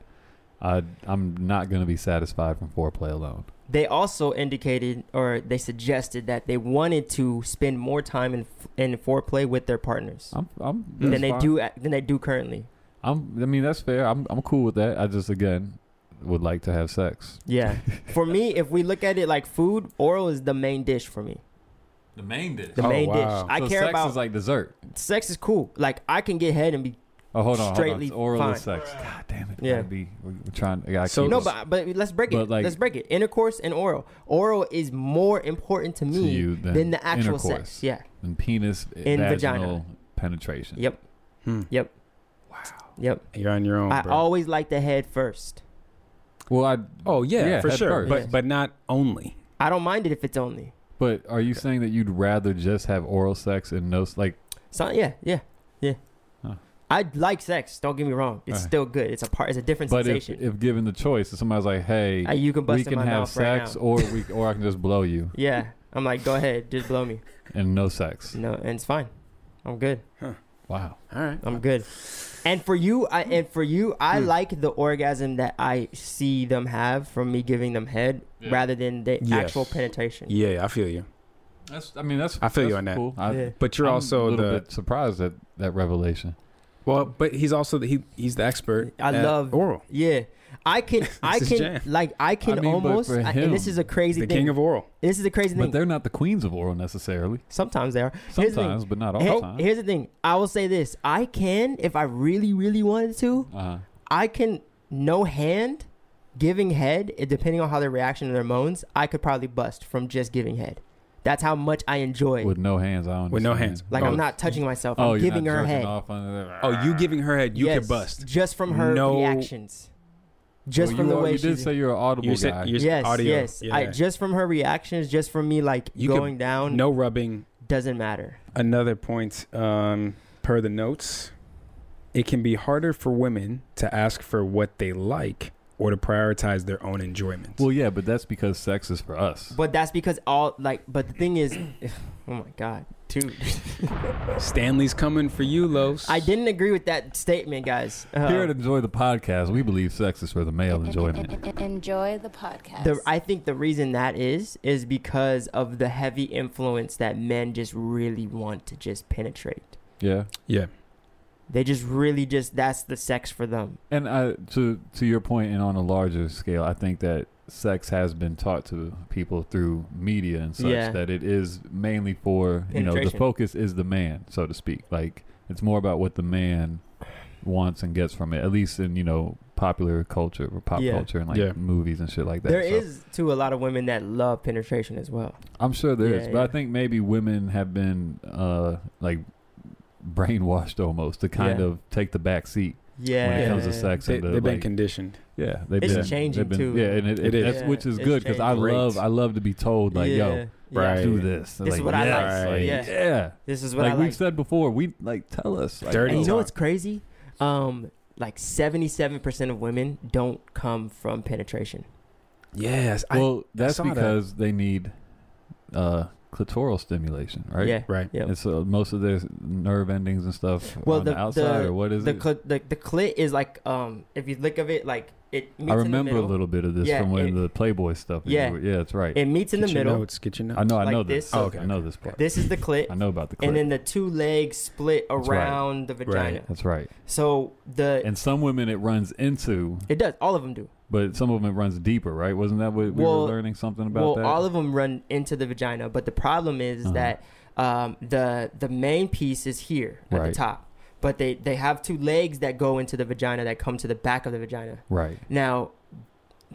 Speaker 3: I I'm not going to be satisfied from foreplay alone.
Speaker 1: They also indicated, or they suggested that they wanted to spend more time in in foreplay with their partners
Speaker 3: I'm I'm
Speaker 1: than
Speaker 3: that's
Speaker 1: they
Speaker 3: fine.
Speaker 1: do than they do currently.
Speaker 3: I'm I mean that's fair. I'm I'm cool with that. I just again would like to have sex.
Speaker 1: Yeah. for me, if we look at it like food, oral is the main dish for me.
Speaker 3: The main dish.
Speaker 1: The
Speaker 2: Oh,
Speaker 1: main
Speaker 2: wow.
Speaker 1: dish. I care
Speaker 3: sex
Speaker 1: about
Speaker 3: is like dessert.
Speaker 1: sex is cool. Like I can get head and be
Speaker 3: Oh hold on,
Speaker 1: straightly
Speaker 3: hold on. It's oral
Speaker 1: fine.
Speaker 3: is sex. God damn it.
Speaker 1: Yeah.
Speaker 3: Gotta be, we're trying. I gotta
Speaker 2: So-
Speaker 3: keep
Speaker 1: no,
Speaker 3: it
Speaker 1: but but let's break
Speaker 3: But,
Speaker 1: it.
Speaker 3: like-
Speaker 1: let's break it. Intercourse and oral. Oral is more important to
Speaker 3: to
Speaker 1: me
Speaker 3: you than,
Speaker 1: than the actual
Speaker 3: intercourse
Speaker 1: sex. Yeah.
Speaker 3: and penis
Speaker 1: In
Speaker 3: vaginal
Speaker 1: vagina.
Speaker 3: penetration.
Speaker 1: Yep.
Speaker 2: Hmm.
Speaker 1: Yep. Yep.
Speaker 2: You're on your
Speaker 3: Oh,
Speaker 2: own.
Speaker 1: I
Speaker 2: bro.
Speaker 1: always like the head first.
Speaker 3: Well, I
Speaker 2: oh yeah,
Speaker 3: Yeah,
Speaker 2: for
Speaker 3: head
Speaker 2: sure.
Speaker 3: first.
Speaker 2: But
Speaker 1: Yes.
Speaker 2: but not only.
Speaker 1: I don't mind it if it's only.
Speaker 3: But are you saying that you'd rather just have oral sex and no s- like?
Speaker 1: So yeah, yeah, yeah.
Speaker 3: Huh.
Speaker 1: I like sex. Don't get me wrong. It's
Speaker 3: Alright.
Speaker 1: still good. It's a part. It's a different
Speaker 3: But if,
Speaker 1: sensation.
Speaker 3: if given the choice, if somebody's like, "Hey,
Speaker 1: Uh, you can bust
Speaker 3: we
Speaker 1: in
Speaker 3: can
Speaker 1: my
Speaker 3: have
Speaker 1: mouth right
Speaker 3: sex,
Speaker 1: now.
Speaker 3: or we or I can just blow you
Speaker 1: yeah, I'm like, go ahead, just blow me.
Speaker 3: and no sex."
Speaker 1: No, and it's fine. I'm good.
Speaker 3: Wow.
Speaker 2: All right.
Speaker 1: I'm good. And for you, I and for you, I
Speaker 3: Hmm.
Speaker 1: like the orgasm that I see them have from me giving them head
Speaker 3: Yeah.
Speaker 1: rather than the
Speaker 2: Yes.
Speaker 1: actual penetration.
Speaker 2: Yeah, I feel you.
Speaker 3: That's I mean that's
Speaker 2: I feel you
Speaker 3: that's
Speaker 2: on that.
Speaker 3: cool. I,
Speaker 1: Yeah.
Speaker 2: But you're
Speaker 3: I'm
Speaker 2: also
Speaker 3: a little
Speaker 2: the
Speaker 3: bit surprised at that revelation.
Speaker 2: Well, but he's also the, he he's the expert.
Speaker 1: I
Speaker 2: at
Speaker 1: love
Speaker 2: oral.
Speaker 1: Yeah, I can, I
Speaker 2: is
Speaker 1: can,
Speaker 2: jam.
Speaker 1: like, I can
Speaker 3: I mean, but
Speaker 1: almost.
Speaker 3: for
Speaker 1: I- and this
Speaker 3: him,
Speaker 1: is a crazy
Speaker 2: The
Speaker 1: thing.
Speaker 2: king of oral.
Speaker 1: this is a crazy
Speaker 3: But
Speaker 1: thing.
Speaker 3: they're not the queens of oral necessarily.
Speaker 1: Sometimes they are. Here's the thing.
Speaker 3: Sometimes, but not all
Speaker 1: Here-
Speaker 3: the time.
Speaker 1: Here's the thing. I will say this. I can, if I really, really wanted to,
Speaker 3: uh-huh.
Speaker 1: I can no hand, giving head. It, depending on how their reaction and their moans, I could probably bust from just giving head. That's how much I enjoy.
Speaker 3: With no hands, I don't
Speaker 2: With no
Speaker 3: understand.
Speaker 2: hands.
Speaker 1: like
Speaker 2: Oh.
Speaker 1: I'm not touching myself.
Speaker 3: oh,
Speaker 1: I'm
Speaker 3: you're
Speaker 1: giving
Speaker 3: not
Speaker 1: her
Speaker 3: jerking
Speaker 1: head.
Speaker 3: off under the-
Speaker 2: Oh, you giving her head, you
Speaker 1: Yes,
Speaker 2: could bust.
Speaker 1: just from her
Speaker 2: No-
Speaker 1: reactions. Just
Speaker 3: Well,
Speaker 1: from
Speaker 3: Oh, you
Speaker 1: the
Speaker 3: are-
Speaker 1: way
Speaker 3: you
Speaker 1: she
Speaker 3: did say you're an audible
Speaker 2: You said
Speaker 3: guy.
Speaker 2: you- Here's
Speaker 1: yes,
Speaker 2: audio.
Speaker 1: yes. I,
Speaker 2: Yeah.
Speaker 1: just from her reactions, just from me like
Speaker 2: You could-
Speaker 1: going down,
Speaker 2: No rubbing.
Speaker 1: doesn't matter.
Speaker 2: Another point um, per the notes. It can be harder for women to ask for what they like or to prioritize their own enjoyment.
Speaker 3: well, yeah, but that's because sex is for us.
Speaker 1: But that's because all like. But the thing is, oh my god, dude,
Speaker 2: Stanley's coming for you, Los.
Speaker 1: I didn't agree with that statement, guys. Uh,
Speaker 3: Here at Enjoy the Podcast, we believe sex is for the male enjoyment.
Speaker 5: En- en- Enjoy the podcast.
Speaker 1: the, I think the reason that is is because of the heavy influence that men just really want to just penetrate.
Speaker 3: Yeah.
Speaker 2: Yeah.
Speaker 1: They just really just that's the sex for them.
Speaker 3: And I, to to your point, and on a larger scale, I think that sex has been taught to people through media and such
Speaker 1: Yeah.
Speaker 3: that it is mainly for you know the
Speaker 1: Penetration.
Speaker 3: focus is the man, so to speak. Like it's more about what the man wants and gets from it, at least in you know popular culture or pop
Speaker 1: Yeah.
Speaker 3: culture and like
Speaker 2: Yeah.
Speaker 3: movies and shit like that.
Speaker 1: There
Speaker 3: So
Speaker 1: is too a lot of women that love penetration as well.
Speaker 3: I'm sure there is,
Speaker 1: Yeah,
Speaker 3: but
Speaker 1: yeah.
Speaker 3: I think maybe women have been uh like brainwashed almost to kind
Speaker 1: Yeah.
Speaker 3: of take the back seat
Speaker 1: Yeah,
Speaker 3: when it comes to sex.
Speaker 2: They,
Speaker 3: and to,
Speaker 2: they've been
Speaker 3: like,
Speaker 2: conditioned.
Speaker 3: Yeah, they've
Speaker 1: It's
Speaker 3: been,
Speaker 1: changing,
Speaker 3: they've been,
Speaker 1: too.
Speaker 3: Yeah, and it,
Speaker 2: It
Speaker 3: it-
Speaker 2: is.
Speaker 3: that's which is
Speaker 1: Yeah,
Speaker 3: good
Speaker 1: it's
Speaker 3: because I
Speaker 2: changing.
Speaker 3: love I love to be told like,
Speaker 1: Yeah, yeah.
Speaker 3: yo,
Speaker 2: Right.
Speaker 3: do this.
Speaker 1: This is
Speaker 3: Like,
Speaker 1: what I
Speaker 3: yes,
Speaker 2: like.
Speaker 3: Like,
Speaker 1: Yeah.
Speaker 3: yeah.
Speaker 1: This is what
Speaker 3: Like,
Speaker 1: I
Speaker 3: we've
Speaker 1: like.
Speaker 3: said before, we like tell us. Like,
Speaker 2: Dirty
Speaker 1: And you
Speaker 3: oh,
Speaker 1: know what's crazy? Um, like seventy-seven percent of women don't come from penetration.
Speaker 2: Yes. I-
Speaker 3: well, that's
Speaker 2: saw that.
Speaker 3: because they need uh clitoral stimulation, right?
Speaker 1: Yeah.
Speaker 2: right.
Speaker 1: Yep.
Speaker 3: And so most of their nerve endings and stuff
Speaker 1: Well,
Speaker 3: on
Speaker 1: the-
Speaker 3: the outside,
Speaker 1: the-
Speaker 3: or what is
Speaker 1: The,
Speaker 3: it?
Speaker 1: cl- the the clit is like um if you look of it like it meets
Speaker 3: I
Speaker 1: in the
Speaker 3: remember a
Speaker 1: middle.
Speaker 3: little bit of this
Speaker 1: Yeah,
Speaker 3: from when
Speaker 1: it-
Speaker 3: the Playboy stuff.
Speaker 1: Yeah.
Speaker 3: you were- yeah, that's right.
Speaker 1: It meets in
Speaker 2: Get
Speaker 1: the
Speaker 2: your
Speaker 1: middle.
Speaker 2: notes. Get your notes.
Speaker 3: I know, I
Speaker 1: like
Speaker 3: know
Speaker 1: this.
Speaker 3: this.
Speaker 1: Oh,
Speaker 2: okay,
Speaker 3: I know this part.
Speaker 1: This is the clit,
Speaker 3: I know about the clip.
Speaker 1: and then the two legs split
Speaker 3: That's right.
Speaker 1: around the vagina.
Speaker 3: that's right.
Speaker 1: So the
Speaker 3: And some women it runs into,
Speaker 1: it does all of them do.
Speaker 3: but some of them it runs deeper, right? Wasn't that what we
Speaker 1: Well-
Speaker 3: were learning something about
Speaker 1: Well,
Speaker 3: that?
Speaker 1: all of them run into the vagina, but the problem is
Speaker 3: Uh-huh.
Speaker 1: that um, the the main piece is here at the
Speaker 3: Right.
Speaker 1: top, but they they have two legs that go into the vagina that come to the back of the vagina.
Speaker 3: right.
Speaker 1: Now,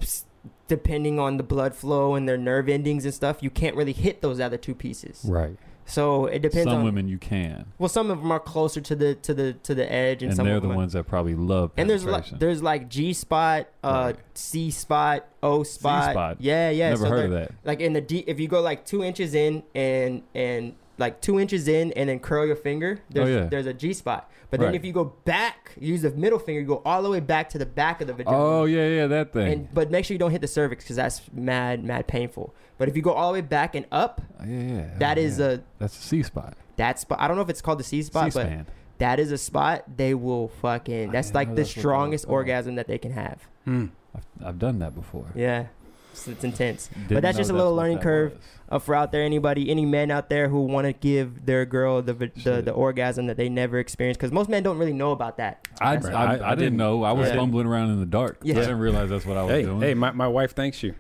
Speaker 1: s- depending on the blood flow and their nerve endings and stuff, you can't really hit those other two pieces.
Speaker 3: Right.
Speaker 1: So it depends
Speaker 3: some
Speaker 1: on.
Speaker 3: women you can.
Speaker 1: Well, some of them are closer to the to the to the edge, and,
Speaker 3: And,
Speaker 1: some
Speaker 3: they're
Speaker 1: of
Speaker 3: the
Speaker 1: them are-
Speaker 3: ones that probably love
Speaker 1: And there's like
Speaker 3: penetration.
Speaker 1: there's like G spot, uh,
Speaker 3: Right.
Speaker 1: C spot, O spot.
Speaker 3: C-spot.
Speaker 1: Yeah, yeah.
Speaker 3: Never
Speaker 1: so
Speaker 3: heard
Speaker 1: they're-
Speaker 3: of that.
Speaker 1: like in the D, if you go like two inches in and and like two inches in and then curl your finger, there's
Speaker 3: Oh, yeah.
Speaker 1: there's a G spot. But then
Speaker 3: Right.
Speaker 1: if you go back, use the middle finger, you go all the way back to the back of the vagina.
Speaker 3: Oh yeah, yeah, that thing.
Speaker 1: And but make sure you don't hit the cervix because that's mad mad painful. But if you go all the way back and up,
Speaker 3: Oh, yeah, yeah.
Speaker 1: that is a
Speaker 3: that's a C spot.
Speaker 1: that spot. I don't know if it's called the C spot,
Speaker 3: C
Speaker 1: but
Speaker 3: span.
Speaker 1: that is a spot they will fucking.
Speaker 3: I
Speaker 1: That's
Speaker 3: didn't
Speaker 1: like
Speaker 3: know
Speaker 1: the
Speaker 3: that's what that was
Speaker 1: strongest
Speaker 3: called.
Speaker 1: orgasm that they can have.
Speaker 2: Mm.
Speaker 3: I've, I've done that before.
Speaker 1: Yeah, it's, it's intense.
Speaker 3: Didn't
Speaker 1: that's
Speaker 3: know
Speaker 1: just a little
Speaker 3: what
Speaker 1: learning
Speaker 3: that
Speaker 1: curve.
Speaker 3: was.
Speaker 1: Uh, for out there, anybody, any men out there who want to give their girl the the, the,
Speaker 3: Shit.
Speaker 1: the orgasm that they never experienced, because most men don't really know about that.
Speaker 3: I,
Speaker 1: That's-
Speaker 3: I, I,
Speaker 2: I
Speaker 3: didn't,
Speaker 2: didn't-
Speaker 3: know. I was
Speaker 1: Yeah.
Speaker 3: fumbling around in the dark.
Speaker 1: Yeah.
Speaker 3: I didn't realize that's what I was
Speaker 2: Hey,
Speaker 3: doing.
Speaker 2: hey, my, my wife thanks you.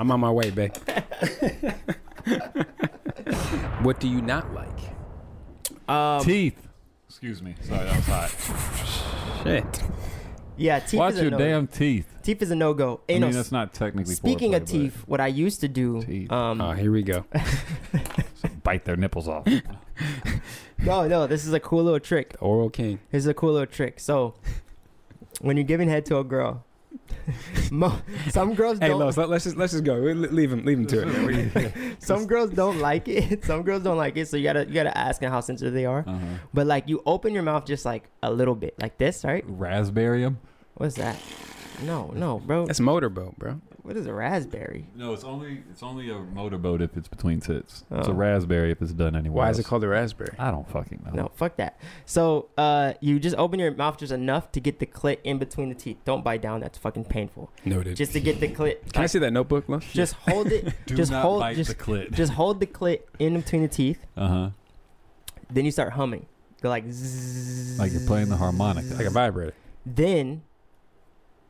Speaker 2: I'm on my way, babe. what do you not like?
Speaker 1: Um,
Speaker 3: Teeth. Excuse me. Sorry, that was hot.
Speaker 2: Shit.
Speaker 1: yeah, teeth
Speaker 3: Watch
Speaker 1: is a
Speaker 3: your
Speaker 1: no.
Speaker 3: damn teeth.
Speaker 1: Teeth is a no go.
Speaker 3: I mean, that's not technically.
Speaker 1: Speaking
Speaker 3: foreplay,
Speaker 1: of
Speaker 3: but
Speaker 1: teeth, what I used to do,
Speaker 3: Teeth.
Speaker 1: um,
Speaker 2: Oh, here we go.
Speaker 3: bite their nipples off.
Speaker 1: no, no, this is a cool little trick.
Speaker 2: The Oral King.
Speaker 1: Here's a cool little trick. So, when you're giving head to a girl, mo- some girls
Speaker 2: Hey,
Speaker 1: don't.
Speaker 2: Los, let, us just let's just go. Le- Leave him, leave him to it.
Speaker 1: some girls don't like it. Some girls don't like it. So you gotta you gotta ask them how sensitive they are.
Speaker 3: uh-huh.
Speaker 1: But like you open your mouth just like a little bit, like this, right?
Speaker 3: Raspberry 'em?
Speaker 1: What's that? No, no, bro.
Speaker 2: That's motorboat, bro.
Speaker 1: What is a raspberry?
Speaker 3: No, it's only it's only a motorboat if it's between tits. It's
Speaker 1: Oh.
Speaker 3: a raspberry if it's done anywhere.
Speaker 2: Why is it
Speaker 3: else.
Speaker 2: called a raspberry?
Speaker 3: I don't fucking
Speaker 2: Oh.
Speaker 3: know.
Speaker 1: No, fuck that. So uh, you just open your mouth just enough to get the clit in between the teeth. Don't bite down. That's fucking painful.
Speaker 2: Noted.
Speaker 1: Just to get the clit.
Speaker 2: Can I see that notebook, Los?
Speaker 1: just hold it.
Speaker 3: Do
Speaker 1: just
Speaker 3: not
Speaker 1: hold.
Speaker 3: bite
Speaker 1: Just
Speaker 3: the clit.
Speaker 1: just hold the clit in between the teeth.
Speaker 3: Uh huh.
Speaker 1: Then you start humming. They're like, zzzz.
Speaker 3: Like you're playing the harmonica.
Speaker 2: like a vibrator.
Speaker 1: Then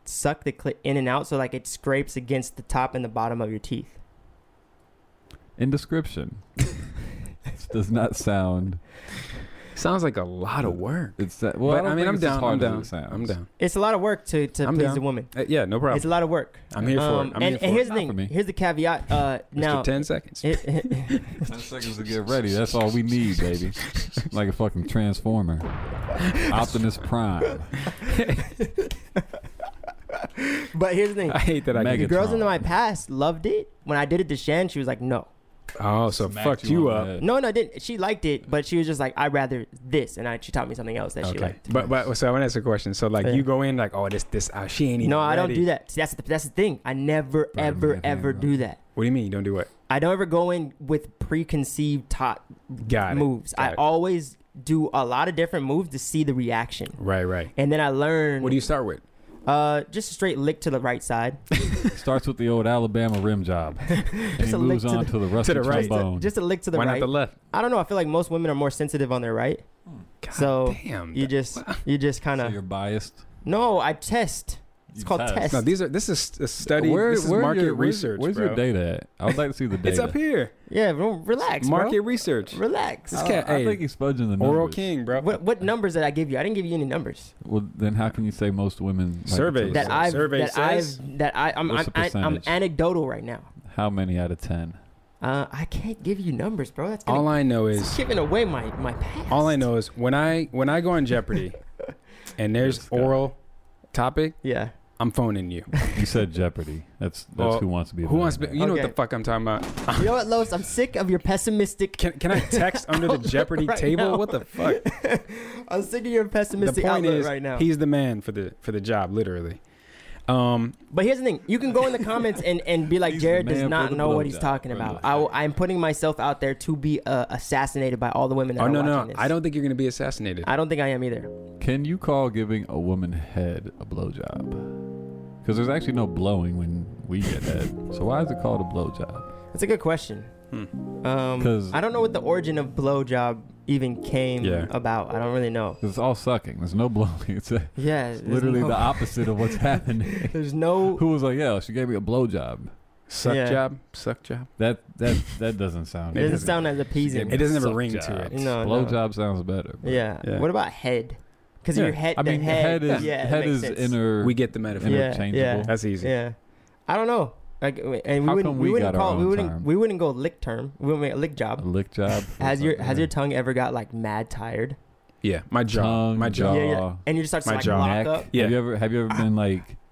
Speaker 1: suck the clit in and out so like it scrapes against the top and the bottom of your teeth.
Speaker 3: In description, this does not sound.
Speaker 2: Sounds like a lot of work.
Speaker 3: It's that. Well,
Speaker 2: but I,
Speaker 3: don't
Speaker 2: mean,
Speaker 3: think
Speaker 2: I'm
Speaker 3: it's as
Speaker 2: down. I'm
Speaker 3: hard as
Speaker 2: down.
Speaker 3: it sounds.
Speaker 2: I'm down.
Speaker 1: It's a lot of work to to
Speaker 2: I'm
Speaker 1: please
Speaker 2: down.
Speaker 1: a woman.
Speaker 2: Uh, yeah, no
Speaker 1: It's a
Speaker 2: problem.
Speaker 1: lot of work.
Speaker 2: I'm here for
Speaker 1: Um,
Speaker 2: it. I'm
Speaker 1: and,
Speaker 2: here for
Speaker 1: and
Speaker 2: it.
Speaker 1: here's the
Speaker 3: Not for
Speaker 1: thing.
Speaker 3: me.
Speaker 1: Here's the caveat. Uh,
Speaker 2: Mr.
Speaker 1: now,
Speaker 2: Ten seconds.
Speaker 1: it-
Speaker 3: Ten seconds to get ready. That's all we need, baby. Like a fucking transformer. Optimus Prime.
Speaker 1: but here's the thing.
Speaker 2: I hate that I
Speaker 3: Mega-
Speaker 1: The
Speaker 2: can.
Speaker 1: girls in
Speaker 3: Megatron.
Speaker 1: my past loved it. When I did it to Shan, she was like, "No,
Speaker 2: Oh, so
Speaker 3: Smacked
Speaker 2: fucked you
Speaker 3: on the
Speaker 2: up.
Speaker 3: head.
Speaker 1: no, no, I didn't." She liked it, but she was just like, "I'd rather this," and I, she taught me something else that she
Speaker 2: Okay,
Speaker 1: liked.
Speaker 2: but but so I want to ask a question. So like
Speaker 1: Yeah.
Speaker 2: you go in like oh this this uh, she ain't even
Speaker 1: No, I don't
Speaker 2: ready.
Speaker 1: do that. See, that's the, that's the thing. I never,
Speaker 3: Bro,
Speaker 1: ever,
Speaker 3: man,
Speaker 1: ever
Speaker 3: man,
Speaker 1: do that.
Speaker 2: What do you mean you don't do what?
Speaker 1: I don't ever go in with preconceived taught
Speaker 2: Got it.
Speaker 1: moves.
Speaker 2: Got
Speaker 1: I
Speaker 2: it.
Speaker 1: always do a lot of different moves to see the reaction,
Speaker 2: Right, right.
Speaker 1: and then I learn.
Speaker 2: What do you start with?
Speaker 1: Uh, just a straight lick to the right side.
Speaker 3: Starts with the old Alabama rim job. And
Speaker 1: Just
Speaker 3: he
Speaker 1: a lick
Speaker 3: moves
Speaker 1: to
Speaker 3: on
Speaker 1: the-
Speaker 3: to the rusty
Speaker 2: the right.
Speaker 3: trombone.
Speaker 1: Just a lick to the
Speaker 2: Why
Speaker 1: right.
Speaker 2: not the left?
Speaker 1: I don't know. I feel like most women are more sensitive on their right.
Speaker 2: God
Speaker 1: So,
Speaker 2: damn.
Speaker 1: You
Speaker 2: that-
Speaker 1: just, you just kind
Speaker 3: so
Speaker 1: of.
Speaker 3: you're biased.
Speaker 1: no, I test. It's
Speaker 3: You
Speaker 1: called
Speaker 3: test.
Speaker 1: test.
Speaker 2: no, these are this is a study. this is market
Speaker 3: your- where's-
Speaker 2: research,
Speaker 3: Where's,
Speaker 2: bro.
Speaker 3: your data at? I would like to see the data.
Speaker 2: It's up here.
Speaker 1: yeah, bro, relax,
Speaker 2: market
Speaker 1: bro.
Speaker 2: research.
Speaker 1: Relax.
Speaker 2: This
Speaker 3: I,
Speaker 2: cat-
Speaker 3: Uh, I
Speaker 2: hey,
Speaker 3: think he's fudging the numbers.
Speaker 2: Oral King, bro.
Speaker 1: What what numbers did I give you? I didn't give you any numbers.
Speaker 3: Well, then how can you say most women like to
Speaker 2: Surveys.
Speaker 1: That
Speaker 2: So
Speaker 3: the-
Speaker 1: I've
Speaker 2: survey
Speaker 1: that
Speaker 2: says-
Speaker 1: I've that I I'm I'm,
Speaker 3: What's the
Speaker 1: I, I'm
Speaker 3: percentage?
Speaker 1: anecdotal right now.
Speaker 3: How many out of ten?
Speaker 1: Uh, I can't give you numbers, bro. That's
Speaker 2: All
Speaker 1: gonna,
Speaker 2: I know
Speaker 1: it's
Speaker 2: is
Speaker 1: giving away my my past.
Speaker 2: all I know is when I when I go on Jeopardy, and there's
Speaker 3: This guy.
Speaker 2: oral topic,
Speaker 1: Yeah.
Speaker 2: I'm phoning you.
Speaker 3: You said Jeopardy. That's that's
Speaker 2: Well,
Speaker 3: who wants to be. a
Speaker 2: Who wants? to
Speaker 3: millionaire.
Speaker 2: be- You know what
Speaker 1: Okay.
Speaker 2: the fuck I'm talking about?
Speaker 1: You know what, Los? I'm sick of your pessimistic.
Speaker 2: Can can I text under the Jeopardy
Speaker 1: right
Speaker 2: table?
Speaker 1: now.
Speaker 2: What the fuck?
Speaker 1: I'm sick of your pessimistic outlook right now.
Speaker 2: he's the man for the for the job, literally. Um,
Speaker 1: But here's the thing: you can go in the comments and, and be like,
Speaker 3: He's
Speaker 1: Jared
Speaker 3: the
Speaker 1: does
Speaker 3: man
Speaker 1: not
Speaker 3: for the
Speaker 1: know what he's
Speaker 3: blowjob,
Speaker 1: talking
Speaker 3: bro.
Speaker 1: about. I, am putting myself out there to be uh, assassinated by all the women that
Speaker 2: oh
Speaker 1: are
Speaker 2: no,
Speaker 1: watching
Speaker 2: no,
Speaker 1: this.
Speaker 2: I don't think you're gonna be assassinated.
Speaker 1: I don't think I am either.
Speaker 3: Can you call giving a woman head a blowjob? Because there's actually no blowing when we get head. so why is it called a blowjob?
Speaker 1: That's a good question. Um,
Speaker 2: Hmm.
Speaker 3: 'Cause-
Speaker 1: I don't know what the origin of blowjob even came
Speaker 2: Yeah.
Speaker 1: about. I don't really know.
Speaker 3: 'Cause it's all sucking. There's no blowing. It's, a,
Speaker 1: Yeah,
Speaker 3: it's literally
Speaker 1: no,
Speaker 3: the opposite of what's happening.
Speaker 1: There's no.
Speaker 3: who was like, yeah, she gave me a blowjob.
Speaker 2: suck
Speaker 1: Yeah.
Speaker 2: job, suck job.
Speaker 3: That that that doesn't sound.
Speaker 1: It doesn't
Speaker 3: good.
Speaker 1: sound as appeasing.
Speaker 2: It doesn't have a ring to
Speaker 3: Suck
Speaker 2: it.
Speaker 1: No, no.
Speaker 3: Blowjob sounds better. but-
Speaker 1: Yeah.
Speaker 2: Yeah.
Speaker 1: What about head? Because
Speaker 2: Yeah.
Speaker 1: your head.
Speaker 3: I mean,
Speaker 1: the
Speaker 3: head, is
Speaker 1: yeah, that
Speaker 3: head
Speaker 1: makes
Speaker 3: is
Speaker 1: sense.
Speaker 3: inner.
Speaker 2: We get the metaphor.
Speaker 1: Yeah,
Speaker 3: interchangeable.
Speaker 2: That's easy.
Speaker 1: Yeah, I don't know. Like, and we
Speaker 3: How
Speaker 1: wouldn't
Speaker 3: come
Speaker 1: we,
Speaker 3: we
Speaker 1: wouldn't
Speaker 3: got our
Speaker 1: call it- we
Speaker 3: own
Speaker 1: wouldn't
Speaker 3: term?
Speaker 1: we wouldn't go lick term. We wouldn't make a lick
Speaker 3: A
Speaker 1: job.
Speaker 3: lick job.
Speaker 1: Has your has your
Speaker 3: Yeah.
Speaker 1: tongue ever got like mad tired?
Speaker 2: Yeah, my jaw,
Speaker 3: Tongue,
Speaker 2: my jaw.
Speaker 1: yeah, yeah.
Speaker 3: Jaw.
Speaker 1: And you just start to
Speaker 2: My
Speaker 1: like
Speaker 2: jaw.
Speaker 1: lock
Speaker 3: neck?
Speaker 1: up.
Speaker 2: Yeah.
Speaker 3: Have you ever have you ever been like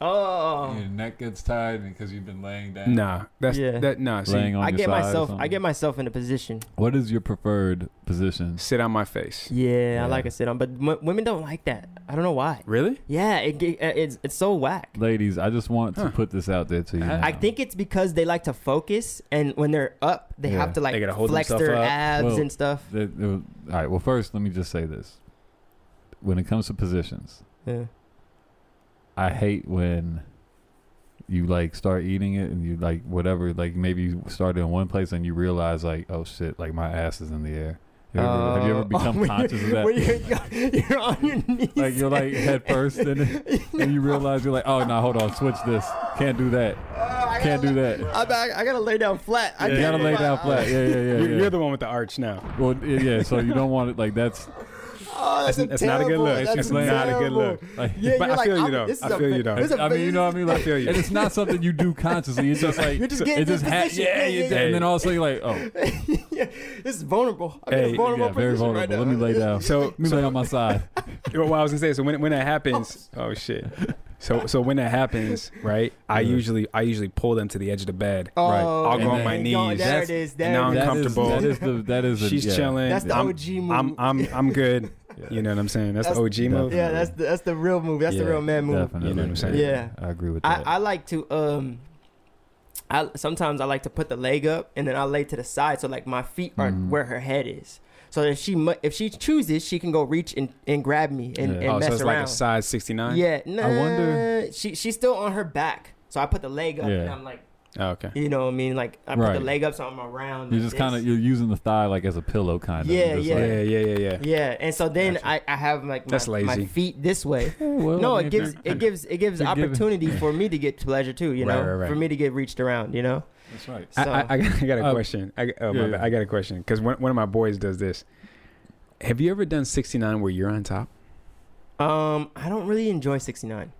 Speaker 1: Oh,
Speaker 3: your neck gets tired because you've been laying down?
Speaker 2: Nah, that's
Speaker 1: Yeah.
Speaker 2: that. Nah, see,
Speaker 3: Laying on
Speaker 1: I
Speaker 3: your
Speaker 1: get
Speaker 3: side or
Speaker 1: myself I
Speaker 3: something?
Speaker 1: get myself in a position.
Speaker 3: What is your preferred position?
Speaker 2: sit on my face.
Speaker 1: Yeah, I
Speaker 3: Yeah.
Speaker 1: like I sit on, but m- women don't like that. I don't know why.
Speaker 2: Really?
Speaker 1: Yeah, it, ge- uh it's it's so whack.
Speaker 3: Ladies, I just want
Speaker 2: Huh.
Speaker 3: to put this out there to you.
Speaker 2: I-
Speaker 1: I
Speaker 3: now.
Speaker 1: think it's because they like to focus, and when they're up, they
Speaker 3: Yeah.
Speaker 1: have to like
Speaker 2: They gotta hold
Speaker 1: flex
Speaker 2: themselves
Speaker 1: their
Speaker 2: up.
Speaker 1: abs
Speaker 3: Well,
Speaker 1: and stuff.
Speaker 3: The- the- all right. Well, first, let me just say this: when it comes to positions,
Speaker 1: Yeah.
Speaker 3: I hate when you like start eating it and you like whatever. Like maybe you started in one place and you realize like, oh shit, like my ass is in the air. Have you ever, have you ever
Speaker 1: Uh,
Speaker 3: become
Speaker 1: where-
Speaker 3: conscious of that?
Speaker 1: where you're, you're on your knees. Oh,
Speaker 3: like you're like head first in it, and you realize you're like, oh no, hold on, switch this. Can't do that.
Speaker 1: I
Speaker 3: Can't do that.
Speaker 1: I, I, I gotta lay down flat. I
Speaker 3: You gotta lay down flat. Yeah, yeah, yeah.
Speaker 2: You're,
Speaker 3: yeah.
Speaker 2: you're the one with the arch now.
Speaker 3: well, yeah, yeah. So you don't want it like that's
Speaker 1: Oh, that's,
Speaker 2: That's- that's not a good look.
Speaker 1: That's
Speaker 2: It's not a good
Speaker 1: terrible.
Speaker 2: look.
Speaker 3: like.
Speaker 1: Yeah, you're
Speaker 2: But I
Speaker 1: like,
Speaker 2: feel you
Speaker 1: I'm-
Speaker 2: though.
Speaker 1: This is
Speaker 2: I
Speaker 1: a
Speaker 2: feel
Speaker 1: fa-
Speaker 2: you though.
Speaker 1: this is a
Speaker 3: I mean, you know what I mean? Like,
Speaker 2: I feel you.
Speaker 3: and it's not something you do consciously. It's just like
Speaker 1: You're just getting
Speaker 3: it just
Speaker 1: in
Speaker 3: ha-
Speaker 1: position.
Speaker 3: yeah,
Speaker 1: Yeah,
Speaker 3: you
Speaker 1: yeah,
Speaker 3: did.
Speaker 1: yeah.
Speaker 3: and then all of a sudden you're like, oh,
Speaker 1: yeah, this is vulnerable. I'm in
Speaker 2: Hey,
Speaker 1: a vulnerable
Speaker 3: yeah, very
Speaker 1: position right
Speaker 3: vulnerable.
Speaker 1: now.
Speaker 3: Let me lay down.
Speaker 2: So,
Speaker 3: Let me lay on my side.
Speaker 2: well, I was gonna say. So when when that happens, oh shit. So so when that happens, right? I
Speaker 3: Yeah.
Speaker 2: usually I usually pull them to the edge of the bed.
Speaker 1: Oh,
Speaker 3: Right.
Speaker 2: I'll go
Speaker 3: And
Speaker 2: on my
Speaker 3: then-
Speaker 2: knees.
Speaker 1: Yo, there it is. There
Speaker 2: and now
Speaker 1: it
Speaker 2: I'm
Speaker 1: is.
Speaker 3: That is-
Speaker 2: comfortable.
Speaker 3: that is the that is a,
Speaker 2: She's
Speaker 3: yeah.
Speaker 2: chilling.
Speaker 1: That's the
Speaker 2: I'm,
Speaker 1: OG move.
Speaker 2: I'm I'm I'm good.
Speaker 3: Yeah.
Speaker 2: You know what I'm saying? That's,
Speaker 1: That's-
Speaker 2: the OG move.
Speaker 1: yeah, that's the, that's the real move. That's the
Speaker 2: Yeah,
Speaker 1: real man move.
Speaker 3: Definitely.
Speaker 2: You know what I'm saying?
Speaker 1: Yeah.
Speaker 3: I agree with that.
Speaker 1: I, I like to um I sometimes I like to put the leg up and then I lay to the side so like my feet are
Speaker 3: Mhm.
Speaker 1: where her head is. So if she mu- if she chooses, she can go reach and, and grab me and,
Speaker 3: Yeah.
Speaker 1: and
Speaker 2: oh,
Speaker 1: mess
Speaker 2: so it's like
Speaker 1: around.
Speaker 2: a size 69.
Speaker 1: yeah, no.
Speaker 3: wonder-
Speaker 1: She she's still on her back, so I put the leg up
Speaker 3: Yeah.
Speaker 1: and I'm like
Speaker 2: Oh, okay.
Speaker 1: You know what I mean? Like I put the
Speaker 3: Right.
Speaker 1: leg up, so I'm around.
Speaker 3: You're
Speaker 1: like
Speaker 3: just kind
Speaker 1: this.
Speaker 3: of you're using the thigh like as a pillow, kind of.
Speaker 1: Yeah, yeah.
Speaker 2: Yeah, yeah, yeah, yeah.
Speaker 1: Yeah, and so then I, I have like my,
Speaker 2: That's lazy.
Speaker 1: my feet this way.
Speaker 3: "Oh,
Speaker 1: no, it gives it gives it gives
Speaker 3: you're giving-
Speaker 1: opportunity for me to get pleasure too. You
Speaker 2: Right,
Speaker 1: know,
Speaker 2: right, right.
Speaker 1: for me to get reached around. You know,
Speaker 3: That's right.
Speaker 1: so
Speaker 2: I, I, I got, I got a
Speaker 3: Uh,
Speaker 2: question. I, oh, my
Speaker 3: yeah,
Speaker 2: bad.
Speaker 3: yeah.
Speaker 2: I got a question because one, one of my boys does this. Have you ever done 69 where you're on top?
Speaker 1: um, I don't really enjoy 69.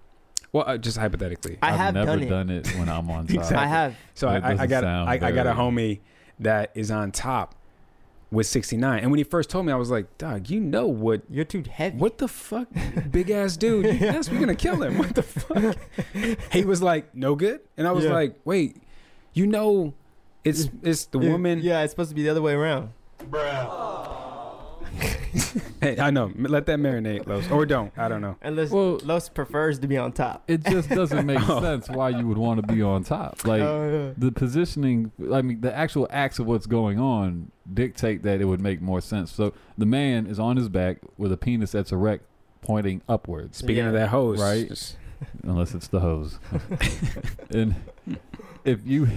Speaker 2: Well, uh, just hypothetically.
Speaker 1: I
Speaker 3: I've
Speaker 1: have
Speaker 3: never
Speaker 1: done it.
Speaker 3: done it. when I'm on top.
Speaker 1: I have.
Speaker 2: So I,
Speaker 3: That
Speaker 2: I, I
Speaker 3: doesn't
Speaker 2: got
Speaker 3: sound
Speaker 2: I, I got a
Speaker 3: very-
Speaker 2: homie that is on top with 69, and when he first told me, I was like, "Dog, you know what?
Speaker 1: You're too heavy.
Speaker 2: What the fuck, big ass dude? Yes, we're gonna kill him. What the fuck?" He was like, "No good," and I was
Speaker 1: Yeah.
Speaker 2: like, "Wait, you know, it's it's the
Speaker 1: Yeah,
Speaker 2: woman.
Speaker 1: Yeah, it's supposed to be the other way around.
Speaker 2: Hey, I know. Let that marinate, Los, or don't. I don't know.
Speaker 1: Unless
Speaker 3: Well-
Speaker 1: Los prefers to be on top.
Speaker 3: It just doesn't make sense why you would want to be on top. Like
Speaker 1: Oh, yeah.
Speaker 3: the positioning, I mean, the actual acts of what's going on dictate that it would make more sense. So the man is on his back with a penis that's erect, pointing upwards,
Speaker 2: Speaking of
Speaker 1: Yeah.
Speaker 2: that hose,
Speaker 3: Right.
Speaker 2: just-
Speaker 3: unless it's the hose. and if you,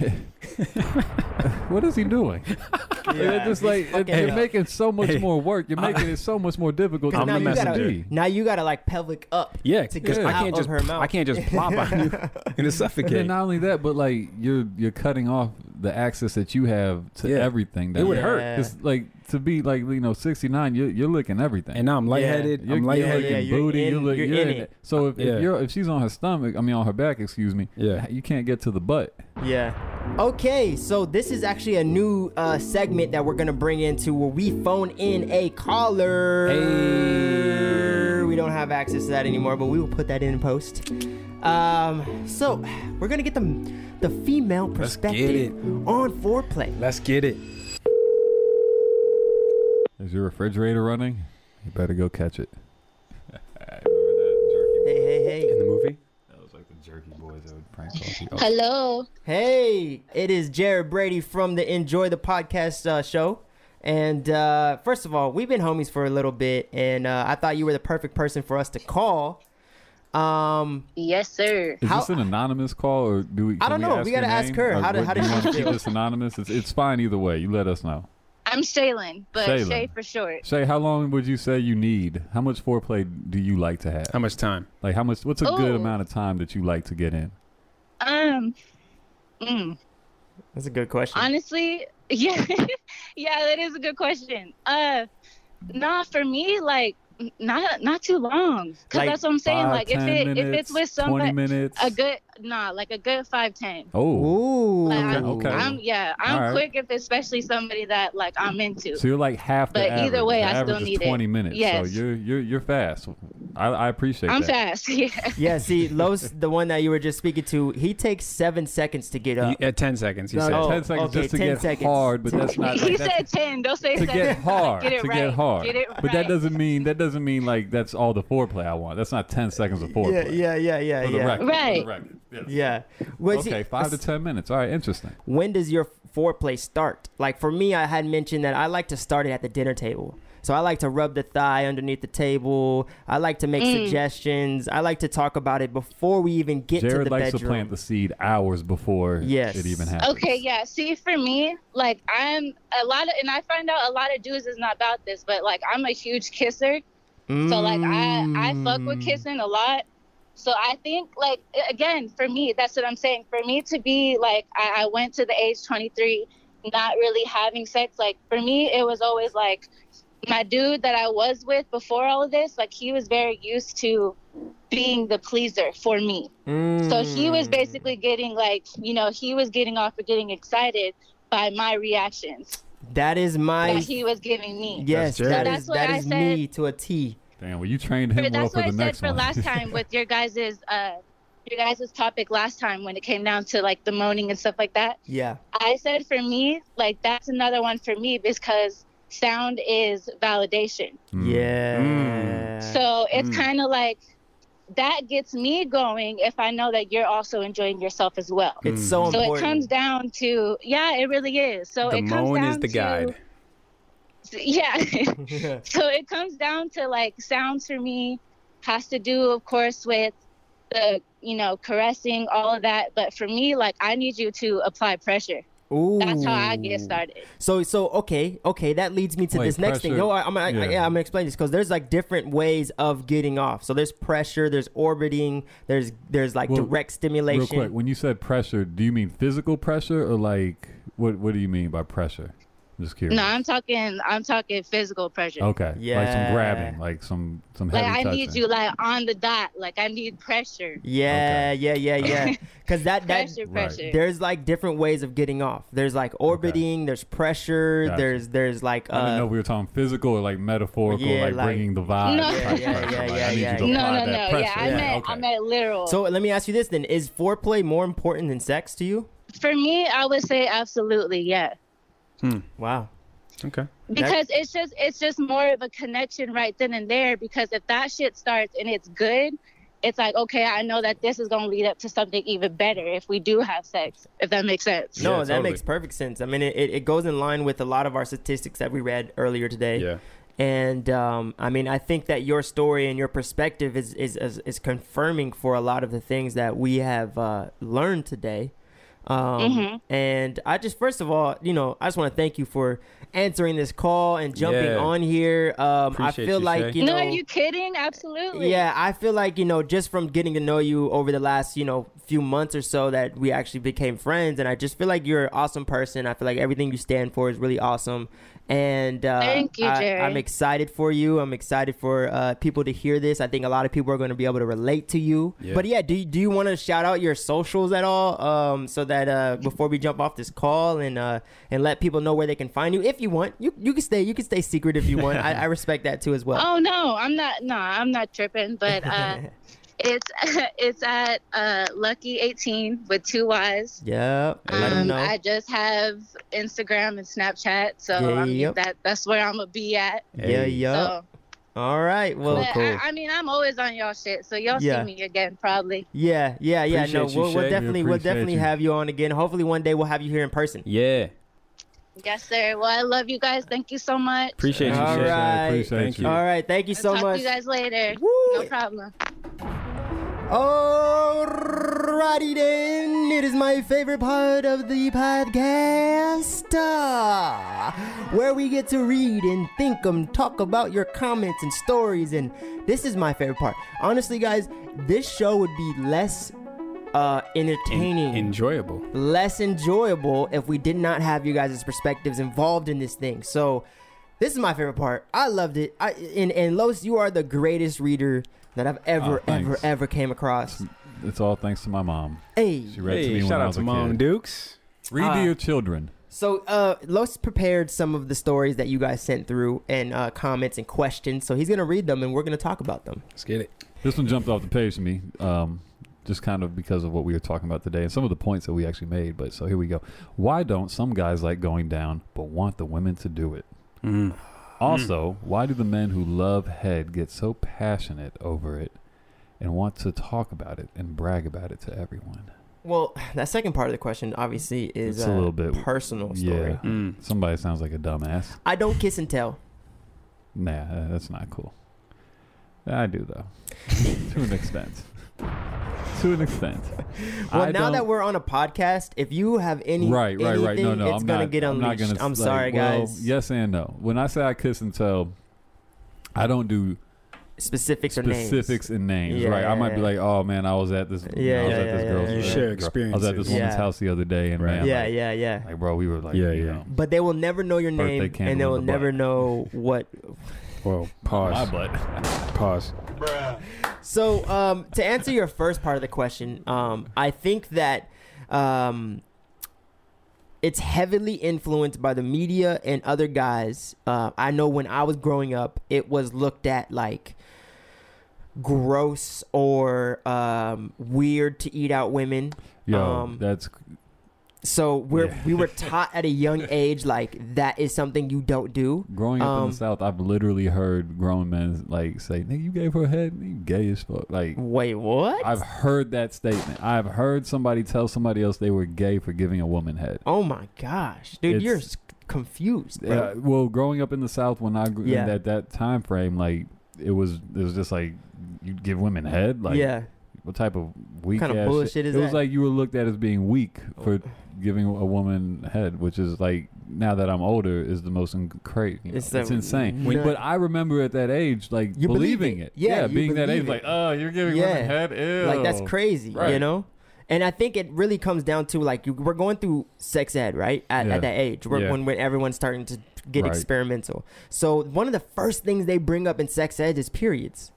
Speaker 3: what is he doing?
Speaker 1: Yeah,
Speaker 3: it's just
Speaker 1: he's
Speaker 3: like it,
Speaker 1: fucking
Speaker 3: you're
Speaker 1: up.
Speaker 3: making so much
Speaker 2: Hey.
Speaker 3: more work. You're
Speaker 2: I-
Speaker 3: making it so much more difficult.
Speaker 1: Because
Speaker 3: to
Speaker 2: I'm
Speaker 1: now
Speaker 2: the
Speaker 1: you gotta-
Speaker 2: messenger.
Speaker 1: Now you gotta like pelvic up.
Speaker 2: Yeah,
Speaker 1: To
Speaker 2: because
Speaker 1: get
Speaker 2: I
Speaker 1: out
Speaker 2: can't
Speaker 1: of
Speaker 2: just
Speaker 1: her mouth.
Speaker 2: I can't just plop on you and
Speaker 3: And
Speaker 2: suffocate.
Speaker 3: then not only that, but like you're you're cutting off the access that you have to
Speaker 2: Yeah.
Speaker 3: everything. That
Speaker 2: It would
Speaker 1: Yeah.
Speaker 2: hurt.
Speaker 3: It's like to be like you know 69. You're you're licking everything.
Speaker 2: And now I'm lightheaded.
Speaker 3: you're,
Speaker 2: I'm lightheaded.
Speaker 1: yeah, you're
Speaker 3: booty.
Speaker 1: in-
Speaker 3: you're, look-
Speaker 1: you're
Speaker 3: you're
Speaker 1: in
Speaker 3: in
Speaker 1: it.
Speaker 3: it. So if,
Speaker 2: Yeah.
Speaker 3: if you're if she's on her stomach, I mean on her back, excuse me.
Speaker 2: Yeah.
Speaker 3: You can't get to the butt.
Speaker 1: Yeah. Okay, so this is actually a new uh, segment that we're gonna bring into where we phone in a caller. We don't have access to that anymore, but we will put that in post. Um, so we're gonna get the the female
Speaker 2: Let's get
Speaker 1: perspective on foreplay.
Speaker 2: Let's get it.
Speaker 3: Is your refrigerator running? You better go catch it.
Speaker 1: Hey, hey, hey.
Speaker 2: In the movie?
Speaker 6: Oh, Hello.
Speaker 1: Hey, it is Jared Brady from the Enjoy the Podcast uh, show. And uh, first of all, we've been homies for a little bit, and uh, I thought you were the perfect person for us to call. Um,
Speaker 6: Yes, sir.
Speaker 3: Is
Speaker 1: How-
Speaker 3: this an anonymous call or do we?
Speaker 1: I don't
Speaker 3: can
Speaker 1: know. We gotta
Speaker 3: her
Speaker 1: ask
Speaker 3: name?
Speaker 1: her.
Speaker 3: Or
Speaker 1: How did-
Speaker 3: what-
Speaker 1: how
Speaker 3: do
Speaker 1: did
Speaker 3: you
Speaker 1: she
Speaker 3: want to keep
Speaker 1: feel?
Speaker 3: this anonymous? It's, it's fine either way. You let us know.
Speaker 6: I'm Shaylin, but
Speaker 3: Shaylin.
Speaker 6: Shay for short.
Speaker 3: Shay, how long would you say you need? How much foreplay do you like to have?
Speaker 1: Um,
Speaker 2: How much time?
Speaker 3: Like how much? What's a good
Speaker 6: Ooh.
Speaker 3: amount of time that you like to get in?
Speaker 6: Um, mm,
Speaker 1: that's a good question.
Speaker 6: honestly, yeah, yeah, that is a good question. Uh, nah, for me, like, n- not not too long, cause
Speaker 1: Like
Speaker 6: that's what I'm saying.
Speaker 3: Five,
Speaker 6: like, if
Speaker 3: 10
Speaker 6: it if
Speaker 3: minutes,
Speaker 6: it's with
Speaker 3: twenty
Speaker 6: somebody,
Speaker 3: minutes,
Speaker 6: a good nah, like a good five ten.
Speaker 3: oh,
Speaker 1: Ooh.
Speaker 6: Like, I'm,
Speaker 3: Okay.
Speaker 6: I'm yeah, I'm
Speaker 3: All right.
Speaker 6: quick if especially somebody that like I'm into.
Speaker 3: so you're like half the
Speaker 6: But
Speaker 3: average.
Speaker 6: either way,
Speaker 3: the
Speaker 6: I still
Speaker 3: average is
Speaker 6: need it.
Speaker 3: twenty minutes.
Speaker 6: Yes.
Speaker 3: So you're you're you're fast. I, I appreciate
Speaker 6: I'm
Speaker 3: that.
Speaker 6: fast. Yeah.
Speaker 1: Yeah, see, Los, the one that you were just speaking to, he takes seven seconds to get
Speaker 2: You-
Speaker 1: up.
Speaker 2: At 10 seconds, you
Speaker 3: No,
Speaker 2: said.
Speaker 1: Oh,
Speaker 3: ten seconds
Speaker 1: okay,
Speaker 3: just to
Speaker 1: 10
Speaker 3: get
Speaker 1: seconds.
Speaker 3: hard, but that's not.
Speaker 6: he
Speaker 3: Like, that's,
Speaker 6: said ten. Don't say
Speaker 3: to
Speaker 6: seven.
Speaker 3: get hard.
Speaker 6: Get it
Speaker 3: to
Speaker 6: right.
Speaker 3: get hard.
Speaker 6: Get it
Speaker 3: But that
Speaker 6: right.
Speaker 3: doesn't mean that doesn't mean like that's all the foreplay I want. That's not ten seconds of foreplay.
Speaker 1: Yeah, yeah, yeah, yeah,
Speaker 3: For the
Speaker 1: yeah.
Speaker 3: record, for the
Speaker 6: Right.
Speaker 3: record. Yes.
Speaker 1: Yeah. Well, see,
Speaker 3: Okay, five to ten minutes. All right, interesting.
Speaker 1: when does your foreplay start? Like for me, I had mentioned that I like to start it at the dinner table. So I like to rub the thigh underneath the table. I like to make
Speaker 6: Mm.
Speaker 1: suggestions. I like to talk about it before we even get to
Speaker 3: Jared
Speaker 1: the
Speaker 3: likes
Speaker 1: bedroom.
Speaker 3: to plant the seed hours before
Speaker 1: Yes.
Speaker 3: it even happens.
Speaker 6: Okay, yeah. See, for me, like I'm a lot of, and I find out a lot of dudes is not about this, but like I'm a huge kisser, so like I I fuck with kissing a lot. So I think like a- again for me, that's what I'm saying. For me to be like I, I went to the age 23, not really having sex. Like for me, it was always like my dude that I was with before all of this. Like he was very used to being the pleaser for me. So he
Speaker 3: Hmm.
Speaker 6: was basically getting like, you know, he was getting off for getting excited by my reactions
Speaker 1: That is my.
Speaker 6: that he was giving me.
Speaker 1: yes,
Speaker 2: Jared.
Speaker 1: that
Speaker 6: That's
Speaker 1: is
Speaker 6: what
Speaker 1: that
Speaker 6: I
Speaker 1: is
Speaker 6: said.
Speaker 1: me to a T.
Speaker 3: Damn, well you trained him
Speaker 6: But
Speaker 3: well
Speaker 6: that's
Speaker 3: for
Speaker 6: what I
Speaker 3: the
Speaker 6: said
Speaker 3: next
Speaker 6: for
Speaker 3: one.
Speaker 6: last time with your guys's uh your guys' topic last time when it came down to like the moaning and stuff like that.
Speaker 1: Yeah.
Speaker 6: I said for me, like that's another one for me because sound is validation.
Speaker 3: Mm.
Speaker 1: Yeah.
Speaker 6: So it's
Speaker 2: Mm.
Speaker 3: Hmm.
Speaker 6: kind of like that gets me going if I know that you're also enjoying yourself as well.
Speaker 1: it's so
Speaker 6: so
Speaker 1: important.
Speaker 6: it comes down to yeah it really is so
Speaker 2: the
Speaker 6: it comes
Speaker 2: moan
Speaker 6: down
Speaker 2: is the
Speaker 6: to,
Speaker 2: guide.
Speaker 6: yeah so it comes down to like sounds for me has to do of course with the you know caressing, all of that. But for me, like I need you to apply pressure.
Speaker 1: Ooh.
Speaker 6: That's how I get started.
Speaker 1: So so okay okay that leads me to
Speaker 3: Wait,
Speaker 1: this next thing.
Speaker 3: pressure-
Speaker 1: No, I, I'm gonna,
Speaker 3: yeah.
Speaker 1: yeah. I, am gonna explain this because there's like different ways of getting off. So there's pressure, there's orbiting, there's there's like
Speaker 3: Well,
Speaker 1: direct
Speaker 3: Real
Speaker 1: stimulation.
Speaker 3: quick, when you said pressure, do you mean physical pressure or like what? What do you mean by pressure? I'm just curious.
Speaker 6: No, I'm talking. I'm talking physical pressure.
Speaker 3: okay. Like some
Speaker 1: Yeah.
Speaker 3: grabbing, like some some
Speaker 6: Like
Speaker 3: Oh, heavy
Speaker 6: I
Speaker 3: touching.
Speaker 6: need you like on the dot. Like I need pressure.
Speaker 1: Yeah, yeah, yeah, yeah. Because that that
Speaker 6: Pressure,
Speaker 3: Right.
Speaker 6: pressure.
Speaker 1: there's like different ways of getting off. There's like orbiting, there's pressure,
Speaker 3: Gotcha.
Speaker 1: there's there's like
Speaker 3: I didn't know if
Speaker 1: uh,
Speaker 3: we were talking physical or like metaphorical,
Speaker 1: Yeah,
Speaker 3: like,
Speaker 1: like-
Speaker 3: bringing the vibe.
Speaker 6: No.
Speaker 3: type
Speaker 6: Yeah,
Speaker 3: pressure.
Speaker 1: yeah, yeah,
Speaker 3: Like,
Speaker 1: yeah,
Speaker 3: I need
Speaker 1: yeah,
Speaker 3: you to
Speaker 1: yeah.
Speaker 6: no,
Speaker 3: apply
Speaker 6: no, no.
Speaker 3: that
Speaker 6: Yeah,
Speaker 3: pressure.
Speaker 6: I meant
Speaker 3: okay.
Speaker 6: I meant literal.
Speaker 1: So let me ask you this then: Is foreplay more important than sex to you?
Speaker 6: for me, I would say absolutely, yeah.
Speaker 1: Wow.
Speaker 2: Okay.
Speaker 6: because it's just it's just more of a connection right then and there because if that shit starts and it's good it's like okay i know that this is going to lead up to something even better if we do have sex if that makes sense
Speaker 1: No,
Speaker 2: Yeah,
Speaker 1: that
Speaker 2: totally.
Speaker 1: makes perfect sense. I mean, it, it, it goes in line with a lot of our statistics that we read earlier today.
Speaker 2: Yeah.
Speaker 1: And um, I mean, I think that your story and your perspective is is, is, is confirming for a lot of the things that we have uh, learned today. Um,
Speaker 6: Mm-hmm.
Speaker 1: And I just, first of all, you know, I just want to thank you for answering this call and jumping
Speaker 2: Yeah.
Speaker 1: on here. Um, I
Speaker 2: Appreciate
Speaker 1: feel
Speaker 2: you,
Speaker 1: like
Speaker 2: Shay.
Speaker 1: you know,
Speaker 6: no are you kidding absolutely
Speaker 1: yeah, I feel like, you know, just from getting to know you over the last, you know, few months or so that we actually became friends. And I just feel like you're an awesome person. I feel like everything you stand for is really awesome. And uh,
Speaker 6: Thank you,
Speaker 1: I,
Speaker 6: Jerry.
Speaker 1: I'm excited for you. I'm excited for uh, people to hear this. I think a lot of people are going to be able to relate to you.
Speaker 2: Yeah.
Speaker 1: But yeah, do you, do you want to shout out your socials at all um, so that uh, before we jump off this call and uh, and let people know where they can find you if you want. You you can stay you can stay secret if you want. I, I respect that too as well.
Speaker 6: oh no i'm not no i'm not tripping but uh it's it's at uh lucky 18 with two y's
Speaker 1: Yeah, let 'em
Speaker 6: um,
Speaker 1: know.
Speaker 6: I just have Instagram and Snapchat, so
Speaker 1: Yeah,
Speaker 6: I'm,
Speaker 1: yep.
Speaker 6: that that's where I'm gonna be at.
Speaker 1: Yeah,
Speaker 2: Hey.
Speaker 1: yeah.
Speaker 6: So
Speaker 1: All right. Well,
Speaker 6: But I, I mean, I'm always on y'all shit, so y'all
Speaker 1: Yeah.
Speaker 6: see me again probably.
Speaker 1: yeah, yeah, yeah. No,
Speaker 2: Appreciate you,
Speaker 1: we'll,
Speaker 2: Shay.
Speaker 1: we'll
Speaker 2: We
Speaker 1: definitely, we'll
Speaker 3: appreciate
Speaker 1: definitely
Speaker 3: you.
Speaker 1: have you on again. Hopefully, one day we'll have you here in person.
Speaker 2: Yeah.
Speaker 6: Yes, sir. Well, I love you guys. Thank you so much.
Speaker 2: Appreciate you.
Speaker 1: All
Speaker 2: Shay.
Speaker 1: right.
Speaker 3: Appreciate
Speaker 2: Thank
Speaker 3: you.
Speaker 2: you.
Speaker 1: All right. Thank you
Speaker 6: I'll
Speaker 1: so
Speaker 6: talk
Speaker 1: much.
Speaker 6: to you guys later.
Speaker 1: Woo!
Speaker 6: No problem.
Speaker 1: Alrighty then, it is my favorite part of the podcast, uh, where we get to read and think and talk about your comments and stories, and this is my favorite part. Honestly, guys, this show would be less uh, entertaining,
Speaker 2: Enjoyable.
Speaker 1: less enjoyable if we did not have you guys' perspectives involved in this thing. So this is my favorite part. I loved it. I and, and Los, you are the greatest reader that I've ever,
Speaker 3: Oh,
Speaker 1: ever,
Speaker 3: thanks.
Speaker 1: ever came across.
Speaker 3: It's all thanks to my mom.
Speaker 1: Hey.
Speaker 3: She read to
Speaker 2: Hey,
Speaker 3: me when
Speaker 2: shout
Speaker 3: I
Speaker 2: out
Speaker 3: was
Speaker 2: to
Speaker 3: a
Speaker 2: Mom
Speaker 3: kid.
Speaker 2: Dukes.
Speaker 3: Read
Speaker 1: Uh,
Speaker 3: to your children.
Speaker 1: So uh Los prepared some of the stories that you guys sent through and uh comments and questions. So he's gonna read them and we're gonna talk about them.
Speaker 2: Let's get it.
Speaker 3: This one jumped off the page to me, um, just kind of because of what we were talking about today and some of the points that we actually made. But so here we go. Why don't some guys like going down but want the women to do it?
Speaker 2: Mm,
Speaker 3: Also, why do the men who love head get so passionate over it and want to talk about it and brag about it to everyone?
Speaker 1: Well, that second part of the question obviously is
Speaker 3: It's a
Speaker 1: uh,
Speaker 3: little bit-
Speaker 1: personal story.
Speaker 3: Yeah.
Speaker 2: mm.
Speaker 3: Somebody sounds like a dumbass.
Speaker 1: I don't kiss and tell.
Speaker 3: Nah, uh, that's not cool. I do though, to an extent. To an extent.
Speaker 1: Well,
Speaker 3: I
Speaker 1: now
Speaker 3: don't-
Speaker 1: that we're on a podcast, if you have any
Speaker 3: right, right, right. No,
Speaker 1: anything,
Speaker 3: no,
Speaker 1: it's
Speaker 3: I'm
Speaker 1: gonna
Speaker 3: not,
Speaker 1: get
Speaker 3: I'm
Speaker 1: unleashed.
Speaker 3: not
Speaker 1: I'm,
Speaker 3: gonna, like,
Speaker 1: sorry,
Speaker 3: well,
Speaker 1: guys.
Speaker 3: yes and no. When I say I kiss and tell, I don't do
Speaker 1: Specifics or names.
Speaker 3: specifics and names,
Speaker 1: Yeah,
Speaker 3: right? I
Speaker 1: yeah,
Speaker 3: might be
Speaker 1: yeah.
Speaker 3: like, oh man, I was at this, you know,
Speaker 1: Yeah,
Speaker 3: I was
Speaker 1: yeah,
Speaker 3: at this
Speaker 1: yeah,
Speaker 3: girl's,
Speaker 1: yeah, yeah. You
Speaker 3: uh,
Speaker 1: share
Speaker 3: girl- I was at this
Speaker 2: experiences.
Speaker 3: woman's
Speaker 1: Yeah.
Speaker 3: house the other day, and
Speaker 2: Right.
Speaker 3: man,
Speaker 1: Yeah,
Speaker 3: like,
Speaker 1: yeah, yeah.
Speaker 3: like, bro, we were like,
Speaker 2: Yeah,
Speaker 3: you
Speaker 2: yeah.
Speaker 3: know,
Speaker 1: But they will never know your
Speaker 3: Birthday
Speaker 1: name,
Speaker 3: candle
Speaker 1: and they
Speaker 3: in
Speaker 1: will
Speaker 3: the
Speaker 1: never
Speaker 3: butt.
Speaker 1: know what.
Speaker 2: Well,
Speaker 3: my
Speaker 2: pause.
Speaker 3: butt.
Speaker 2: Pause.
Speaker 1: So, um, to answer your first part of the question, um, I think that um, it's heavily influenced by the media and other guys. Uh, I know when I was growing up, it was looked at like gross or um, weird to eat out women.
Speaker 3: Yo,
Speaker 1: Um,
Speaker 3: that's
Speaker 1: So we're
Speaker 3: Yeah.
Speaker 1: we were taught at a young age like that is something you don't do.
Speaker 3: growing up in
Speaker 1: um,
Speaker 3: the South. I've literally heard grown men like say, "Nigga, you gave her head, you gay as fuck." Like,
Speaker 1: Wait, what?
Speaker 3: I've heard that statement. I've heard somebody tell somebody else they were gay for giving a woman head.
Speaker 1: oh my gosh, dude, you're
Speaker 3: It's-
Speaker 1: s- confused. Bro.
Speaker 3: Uh, well, growing up in the South, when I grew
Speaker 1: Yeah.
Speaker 3: in at that time frame, like it was, it was just like you give women head, like
Speaker 1: yeah,
Speaker 3: what type of weak
Speaker 1: kind of
Speaker 3: ass
Speaker 1: bullshit
Speaker 3: shit.
Speaker 1: is
Speaker 3: it was
Speaker 1: that? Oh.
Speaker 3: like you were looked at as being weak for giving a woman head, which is like now that I'm older is the most crazy.
Speaker 1: It's
Speaker 3: It's,
Speaker 1: the-
Speaker 3: insane.
Speaker 1: When-
Speaker 3: but I remember at that age, like
Speaker 1: You believe
Speaker 3: believing
Speaker 1: it.
Speaker 3: it.
Speaker 1: Yeah, you
Speaker 3: being that
Speaker 1: believe
Speaker 3: age,
Speaker 1: it.
Speaker 3: like oh, you're giving
Speaker 1: Yeah.
Speaker 3: women head. Ew.
Speaker 1: Like that's crazy, you
Speaker 3: Right.
Speaker 1: know. And I think it really comes down to like you, we're going through sex ed, right? At,
Speaker 3: Yeah.
Speaker 1: at that age, where,
Speaker 2: Yeah.
Speaker 1: when when everyone's starting to get
Speaker 3: Right.
Speaker 1: experimental. So one of the first things they bring up in sex ed is periods.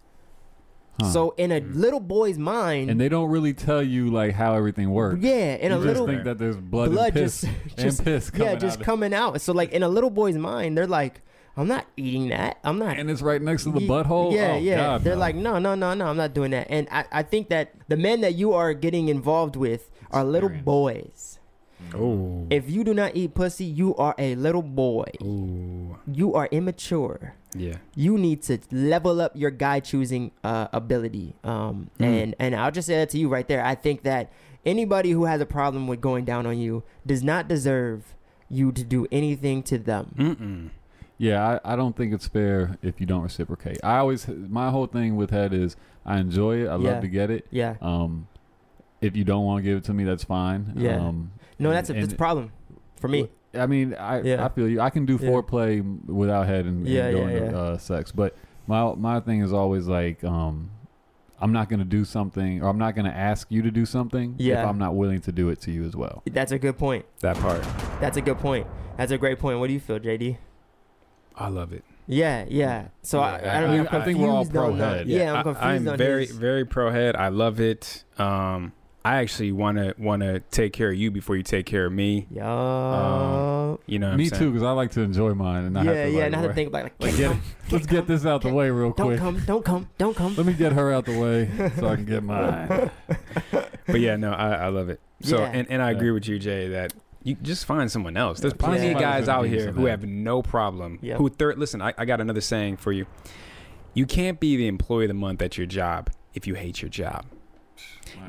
Speaker 3: Huh.
Speaker 1: So in a little boy's mind,
Speaker 3: and they don't really tell you like how everything works.
Speaker 1: yeah, in a
Speaker 3: you just
Speaker 1: little
Speaker 3: think that there's blood,
Speaker 1: blood
Speaker 3: and piss
Speaker 1: just, just
Speaker 3: and piss coming
Speaker 1: yeah, just
Speaker 3: out.
Speaker 1: coming out. So like in a little boy's mind, they're like, I'm not eating that. I'm not.
Speaker 3: and it's right next to the
Speaker 1: Ye-
Speaker 3: butthole.
Speaker 1: Yeah,
Speaker 3: Oh,
Speaker 1: yeah.
Speaker 3: God,
Speaker 1: They're
Speaker 3: no.
Speaker 1: like, no, no, no, no, I'm not doing that. And I, I think that the men that you are getting involved with are little
Speaker 3: Experience.
Speaker 1: boys.
Speaker 2: Oh.
Speaker 1: If you do not eat pussy, you are a little boy.
Speaker 2: Ooh.
Speaker 1: You are immature.
Speaker 2: Yeah.
Speaker 1: You need to level up your guy choosing uh, ability. Um,
Speaker 2: Hmm.
Speaker 1: And and I'll just say that to you right there. I think that anybody who has a problem with going down on you does not deserve you to do anything to them.
Speaker 2: Mm-mm.
Speaker 3: Yeah, I, I don't think it's fair if you don't reciprocate. I always my whole thing with head is I enjoy it. I
Speaker 1: Yeah.
Speaker 3: love to get it.
Speaker 1: Yeah.
Speaker 3: Um, if you don't want to give it to me, that's fine.
Speaker 1: Yeah.
Speaker 3: Um,
Speaker 1: No, that's a,
Speaker 3: and-
Speaker 1: that's a problem for me.
Speaker 3: I mean, I
Speaker 1: Yeah.
Speaker 3: I feel you. I can do
Speaker 1: Yeah.
Speaker 3: foreplay m- without head and, and
Speaker 1: Yeah,
Speaker 3: go
Speaker 1: yeah,
Speaker 3: into
Speaker 1: yeah.
Speaker 3: Uh, sex, but my my thing is always like um. I'm not gonna do something, or I'm not gonna ask you to do something
Speaker 1: Yeah.
Speaker 3: if I'm not willing to do it to you as well.
Speaker 1: That's a good point.
Speaker 2: That part.
Speaker 1: That's a good point. That's a great point. What do you feel, JD?
Speaker 2: I love it.
Speaker 1: Yeah, yeah. So
Speaker 2: Yeah,
Speaker 1: I, I don't know.
Speaker 2: I-
Speaker 1: I'm
Speaker 2: I
Speaker 3: think we're all
Speaker 1: confused on
Speaker 3: pro
Speaker 1: the-
Speaker 3: head.
Speaker 1: Yeah,
Speaker 2: I-
Speaker 1: I'm confused
Speaker 2: I'm
Speaker 1: on
Speaker 2: very,
Speaker 1: his-
Speaker 2: very pro head. I love it. Um, I actually wanna wanna take care of you before you take care of me.
Speaker 1: Yo.
Speaker 2: You know. What
Speaker 3: Me
Speaker 2: I'm
Speaker 3: too,
Speaker 2: saying?
Speaker 3: because I like to enjoy mine and not
Speaker 1: yeah,
Speaker 3: have to
Speaker 1: yeah.
Speaker 3: like,
Speaker 1: Not to
Speaker 3: worry-
Speaker 1: think about like,
Speaker 3: like,
Speaker 1: can't
Speaker 3: get-
Speaker 1: come,
Speaker 3: Let's get this out the way real
Speaker 1: don't
Speaker 3: quick.
Speaker 1: come, don't come, don't come.
Speaker 3: Let me get her out the way so I can get mine.
Speaker 2: But yeah, no, I, I love it. So
Speaker 1: Yeah.
Speaker 2: and, and I
Speaker 3: Yeah.
Speaker 2: agree with you, Jay, that you just find someone else. There's
Speaker 3: Yeah,
Speaker 2: plenty
Speaker 1: find
Speaker 2: of
Speaker 1: somebody
Speaker 2: guys
Speaker 3: who's gonna
Speaker 2: out
Speaker 3: give you
Speaker 2: here
Speaker 3: some
Speaker 2: who
Speaker 3: help.
Speaker 2: have no problem.
Speaker 1: Yeah.
Speaker 2: Who third listen, I, I got another saying for you. You can't be the employee of the month at your job if you hate your job.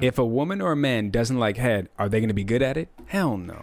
Speaker 2: If a woman or a man doesn't like head, are they gonna be good at it? Hell no.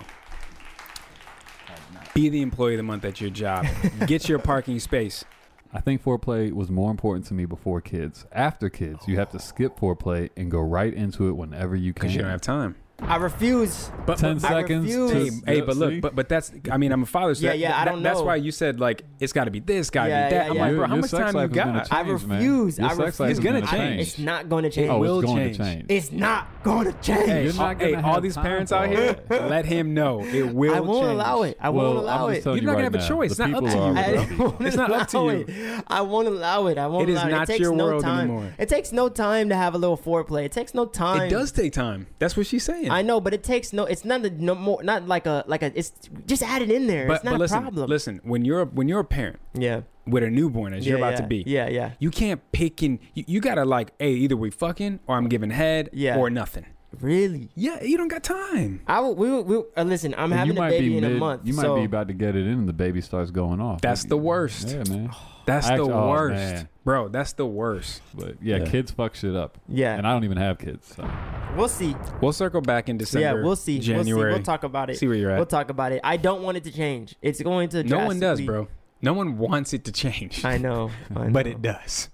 Speaker 2: Be the employee of the month at your job. Get your parking space.
Speaker 3: I think foreplay was more important to me before kids. After kids, you have to skip foreplay and go right into it whenever you can.
Speaker 2: Because you don't have time.
Speaker 1: I refuse.
Speaker 2: But,
Speaker 3: ten
Speaker 1: I
Speaker 3: seconds.
Speaker 1: refuse.
Speaker 3: To,
Speaker 2: Hey,
Speaker 1: Just-
Speaker 2: hey, but
Speaker 3: See?
Speaker 2: look, but but that's. I mean, I'm a father, so
Speaker 1: Yeah,
Speaker 2: that-
Speaker 1: yeah, I
Speaker 2: that-
Speaker 1: don't
Speaker 2: That's
Speaker 1: know.
Speaker 2: why you said like it's got to be this, got to
Speaker 1: Yeah,
Speaker 2: be that.
Speaker 1: yeah,
Speaker 2: I'm
Speaker 1: yeah.
Speaker 2: like,
Speaker 3: Your-
Speaker 2: bro, how
Speaker 3: your
Speaker 2: much
Speaker 3: sex
Speaker 2: time you
Speaker 3: life is gonna
Speaker 2: got?
Speaker 1: I
Speaker 3: Change, man.
Speaker 1: refuse.
Speaker 3: Your
Speaker 1: I
Speaker 3: sex
Speaker 1: refuse.
Speaker 3: life is
Speaker 2: gonna
Speaker 1: I-
Speaker 2: change.
Speaker 1: It's not going to change.
Speaker 3: oh,
Speaker 2: will
Speaker 3: it's going
Speaker 2: change.
Speaker 3: to change.
Speaker 1: It's not going to change.
Speaker 2: Hey,
Speaker 3: You're not
Speaker 2: hey,
Speaker 3: gonna
Speaker 2: all
Speaker 3: have
Speaker 2: these
Speaker 3: time
Speaker 2: parents
Speaker 3: for
Speaker 2: out
Speaker 3: all
Speaker 2: here,
Speaker 3: that.
Speaker 2: let him know it will.
Speaker 1: I won't
Speaker 2: change.
Speaker 1: allow it. I
Speaker 3: well,
Speaker 1: won't allow
Speaker 3: I'm
Speaker 1: it.
Speaker 3: just
Speaker 2: You're
Speaker 3: telling you
Speaker 2: not gonna
Speaker 3: right
Speaker 2: have a
Speaker 3: now,
Speaker 2: choice.
Speaker 3: the
Speaker 2: It's not up
Speaker 3: people
Speaker 2: to
Speaker 3: are
Speaker 2: you,
Speaker 1: I
Speaker 3: already-
Speaker 1: won't
Speaker 2: It's not
Speaker 1: allow
Speaker 2: up to you.
Speaker 1: it. I won't allow it. I won't
Speaker 2: It is
Speaker 1: allow it.
Speaker 2: not
Speaker 1: takes
Speaker 2: your
Speaker 1: no
Speaker 2: world
Speaker 1: time.
Speaker 2: anymore.
Speaker 1: It takes no time to have a little foreplay. It takes no time.
Speaker 2: It does take time. That's what she's saying.
Speaker 1: I know, but it takes no. It's not a, no more. Not like a like a. It's just add it in there.
Speaker 2: but,
Speaker 1: it's not
Speaker 2: but listen,
Speaker 1: a problem.
Speaker 2: listen. When you're a- when you're a parent
Speaker 1: Yeah,
Speaker 2: with a newborn, as you're
Speaker 1: Yeah,
Speaker 2: about
Speaker 1: yeah.
Speaker 2: to be,
Speaker 1: Yeah, yeah.
Speaker 2: you can't pick and you, you gotta like, hey, either we fucking or I'm giving head,
Speaker 1: Yeah.
Speaker 2: or nothing.
Speaker 1: Really.
Speaker 2: Yeah, you don't got time.
Speaker 1: I will, we, will- we will- uh, listen. I'm
Speaker 3: And
Speaker 1: having a baby in a
Speaker 3: mid-
Speaker 1: month.
Speaker 3: You might
Speaker 1: so
Speaker 3: be about to get it in, and the baby starts going off.
Speaker 2: That's
Speaker 3: Like,
Speaker 2: the worst.
Speaker 3: Yeah, man.
Speaker 2: That's
Speaker 3: Actually-
Speaker 2: the
Speaker 3: oh,
Speaker 2: worst,
Speaker 3: man.
Speaker 2: bro. That's the worst.
Speaker 3: But yeah,
Speaker 2: Yeah.
Speaker 3: kids fuck shit up.
Speaker 1: Yeah.
Speaker 3: and I don't even have kids. So.
Speaker 1: we'll see.
Speaker 2: We'll circle back in December.
Speaker 1: yeah, we'll see. We'll see.
Speaker 2: January.
Speaker 1: We'll talk about it.
Speaker 2: See where you're at.
Speaker 1: We'll talk about it. I don't want it to change. It's going to.
Speaker 2: no one does,
Speaker 1: drastically-
Speaker 2: bro. No one wants it to change,
Speaker 1: I know. I know.
Speaker 2: but it does.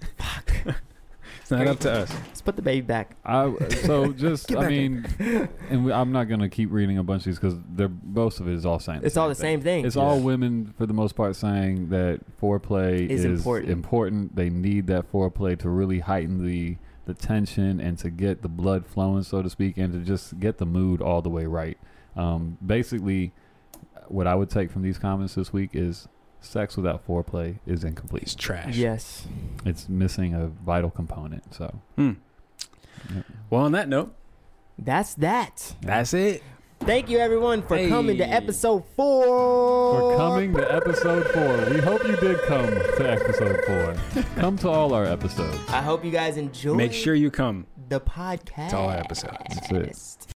Speaker 2: it's not up to us.
Speaker 1: Let's put the baby back.
Speaker 3: I so just
Speaker 2: Get
Speaker 3: I
Speaker 2: back
Speaker 3: mean, and we, I'm not gonna keep reading a bunch of these because they're most of it is all same.
Speaker 1: It's all the same thing.
Speaker 3: It's all women for the most part saying that foreplay
Speaker 1: Is
Speaker 3: is,
Speaker 1: important.
Speaker 3: important. They need that foreplay to really heighten the the tension and to get the blood flowing, so to speak, and to just get the mood all the way right. Um, basically, what I would take from these comments this week is sex without foreplay
Speaker 2: It's
Speaker 3: is incomplete.
Speaker 2: trash.
Speaker 1: yes.
Speaker 3: It's missing a vital component. So
Speaker 2: Hmm.
Speaker 3: Yeah.
Speaker 2: Well, on that note,
Speaker 1: That's that.
Speaker 2: that's it.
Speaker 1: Thank you everyone for coming to
Speaker 2: Hey.
Speaker 1: episode four.
Speaker 3: for coming to episode four, we hope you did come to episode four. Come to all our episodes.
Speaker 1: I hope you guys enjoy.
Speaker 2: Make sure you come
Speaker 1: the podcast.
Speaker 2: to all our episodes.
Speaker 3: That's it.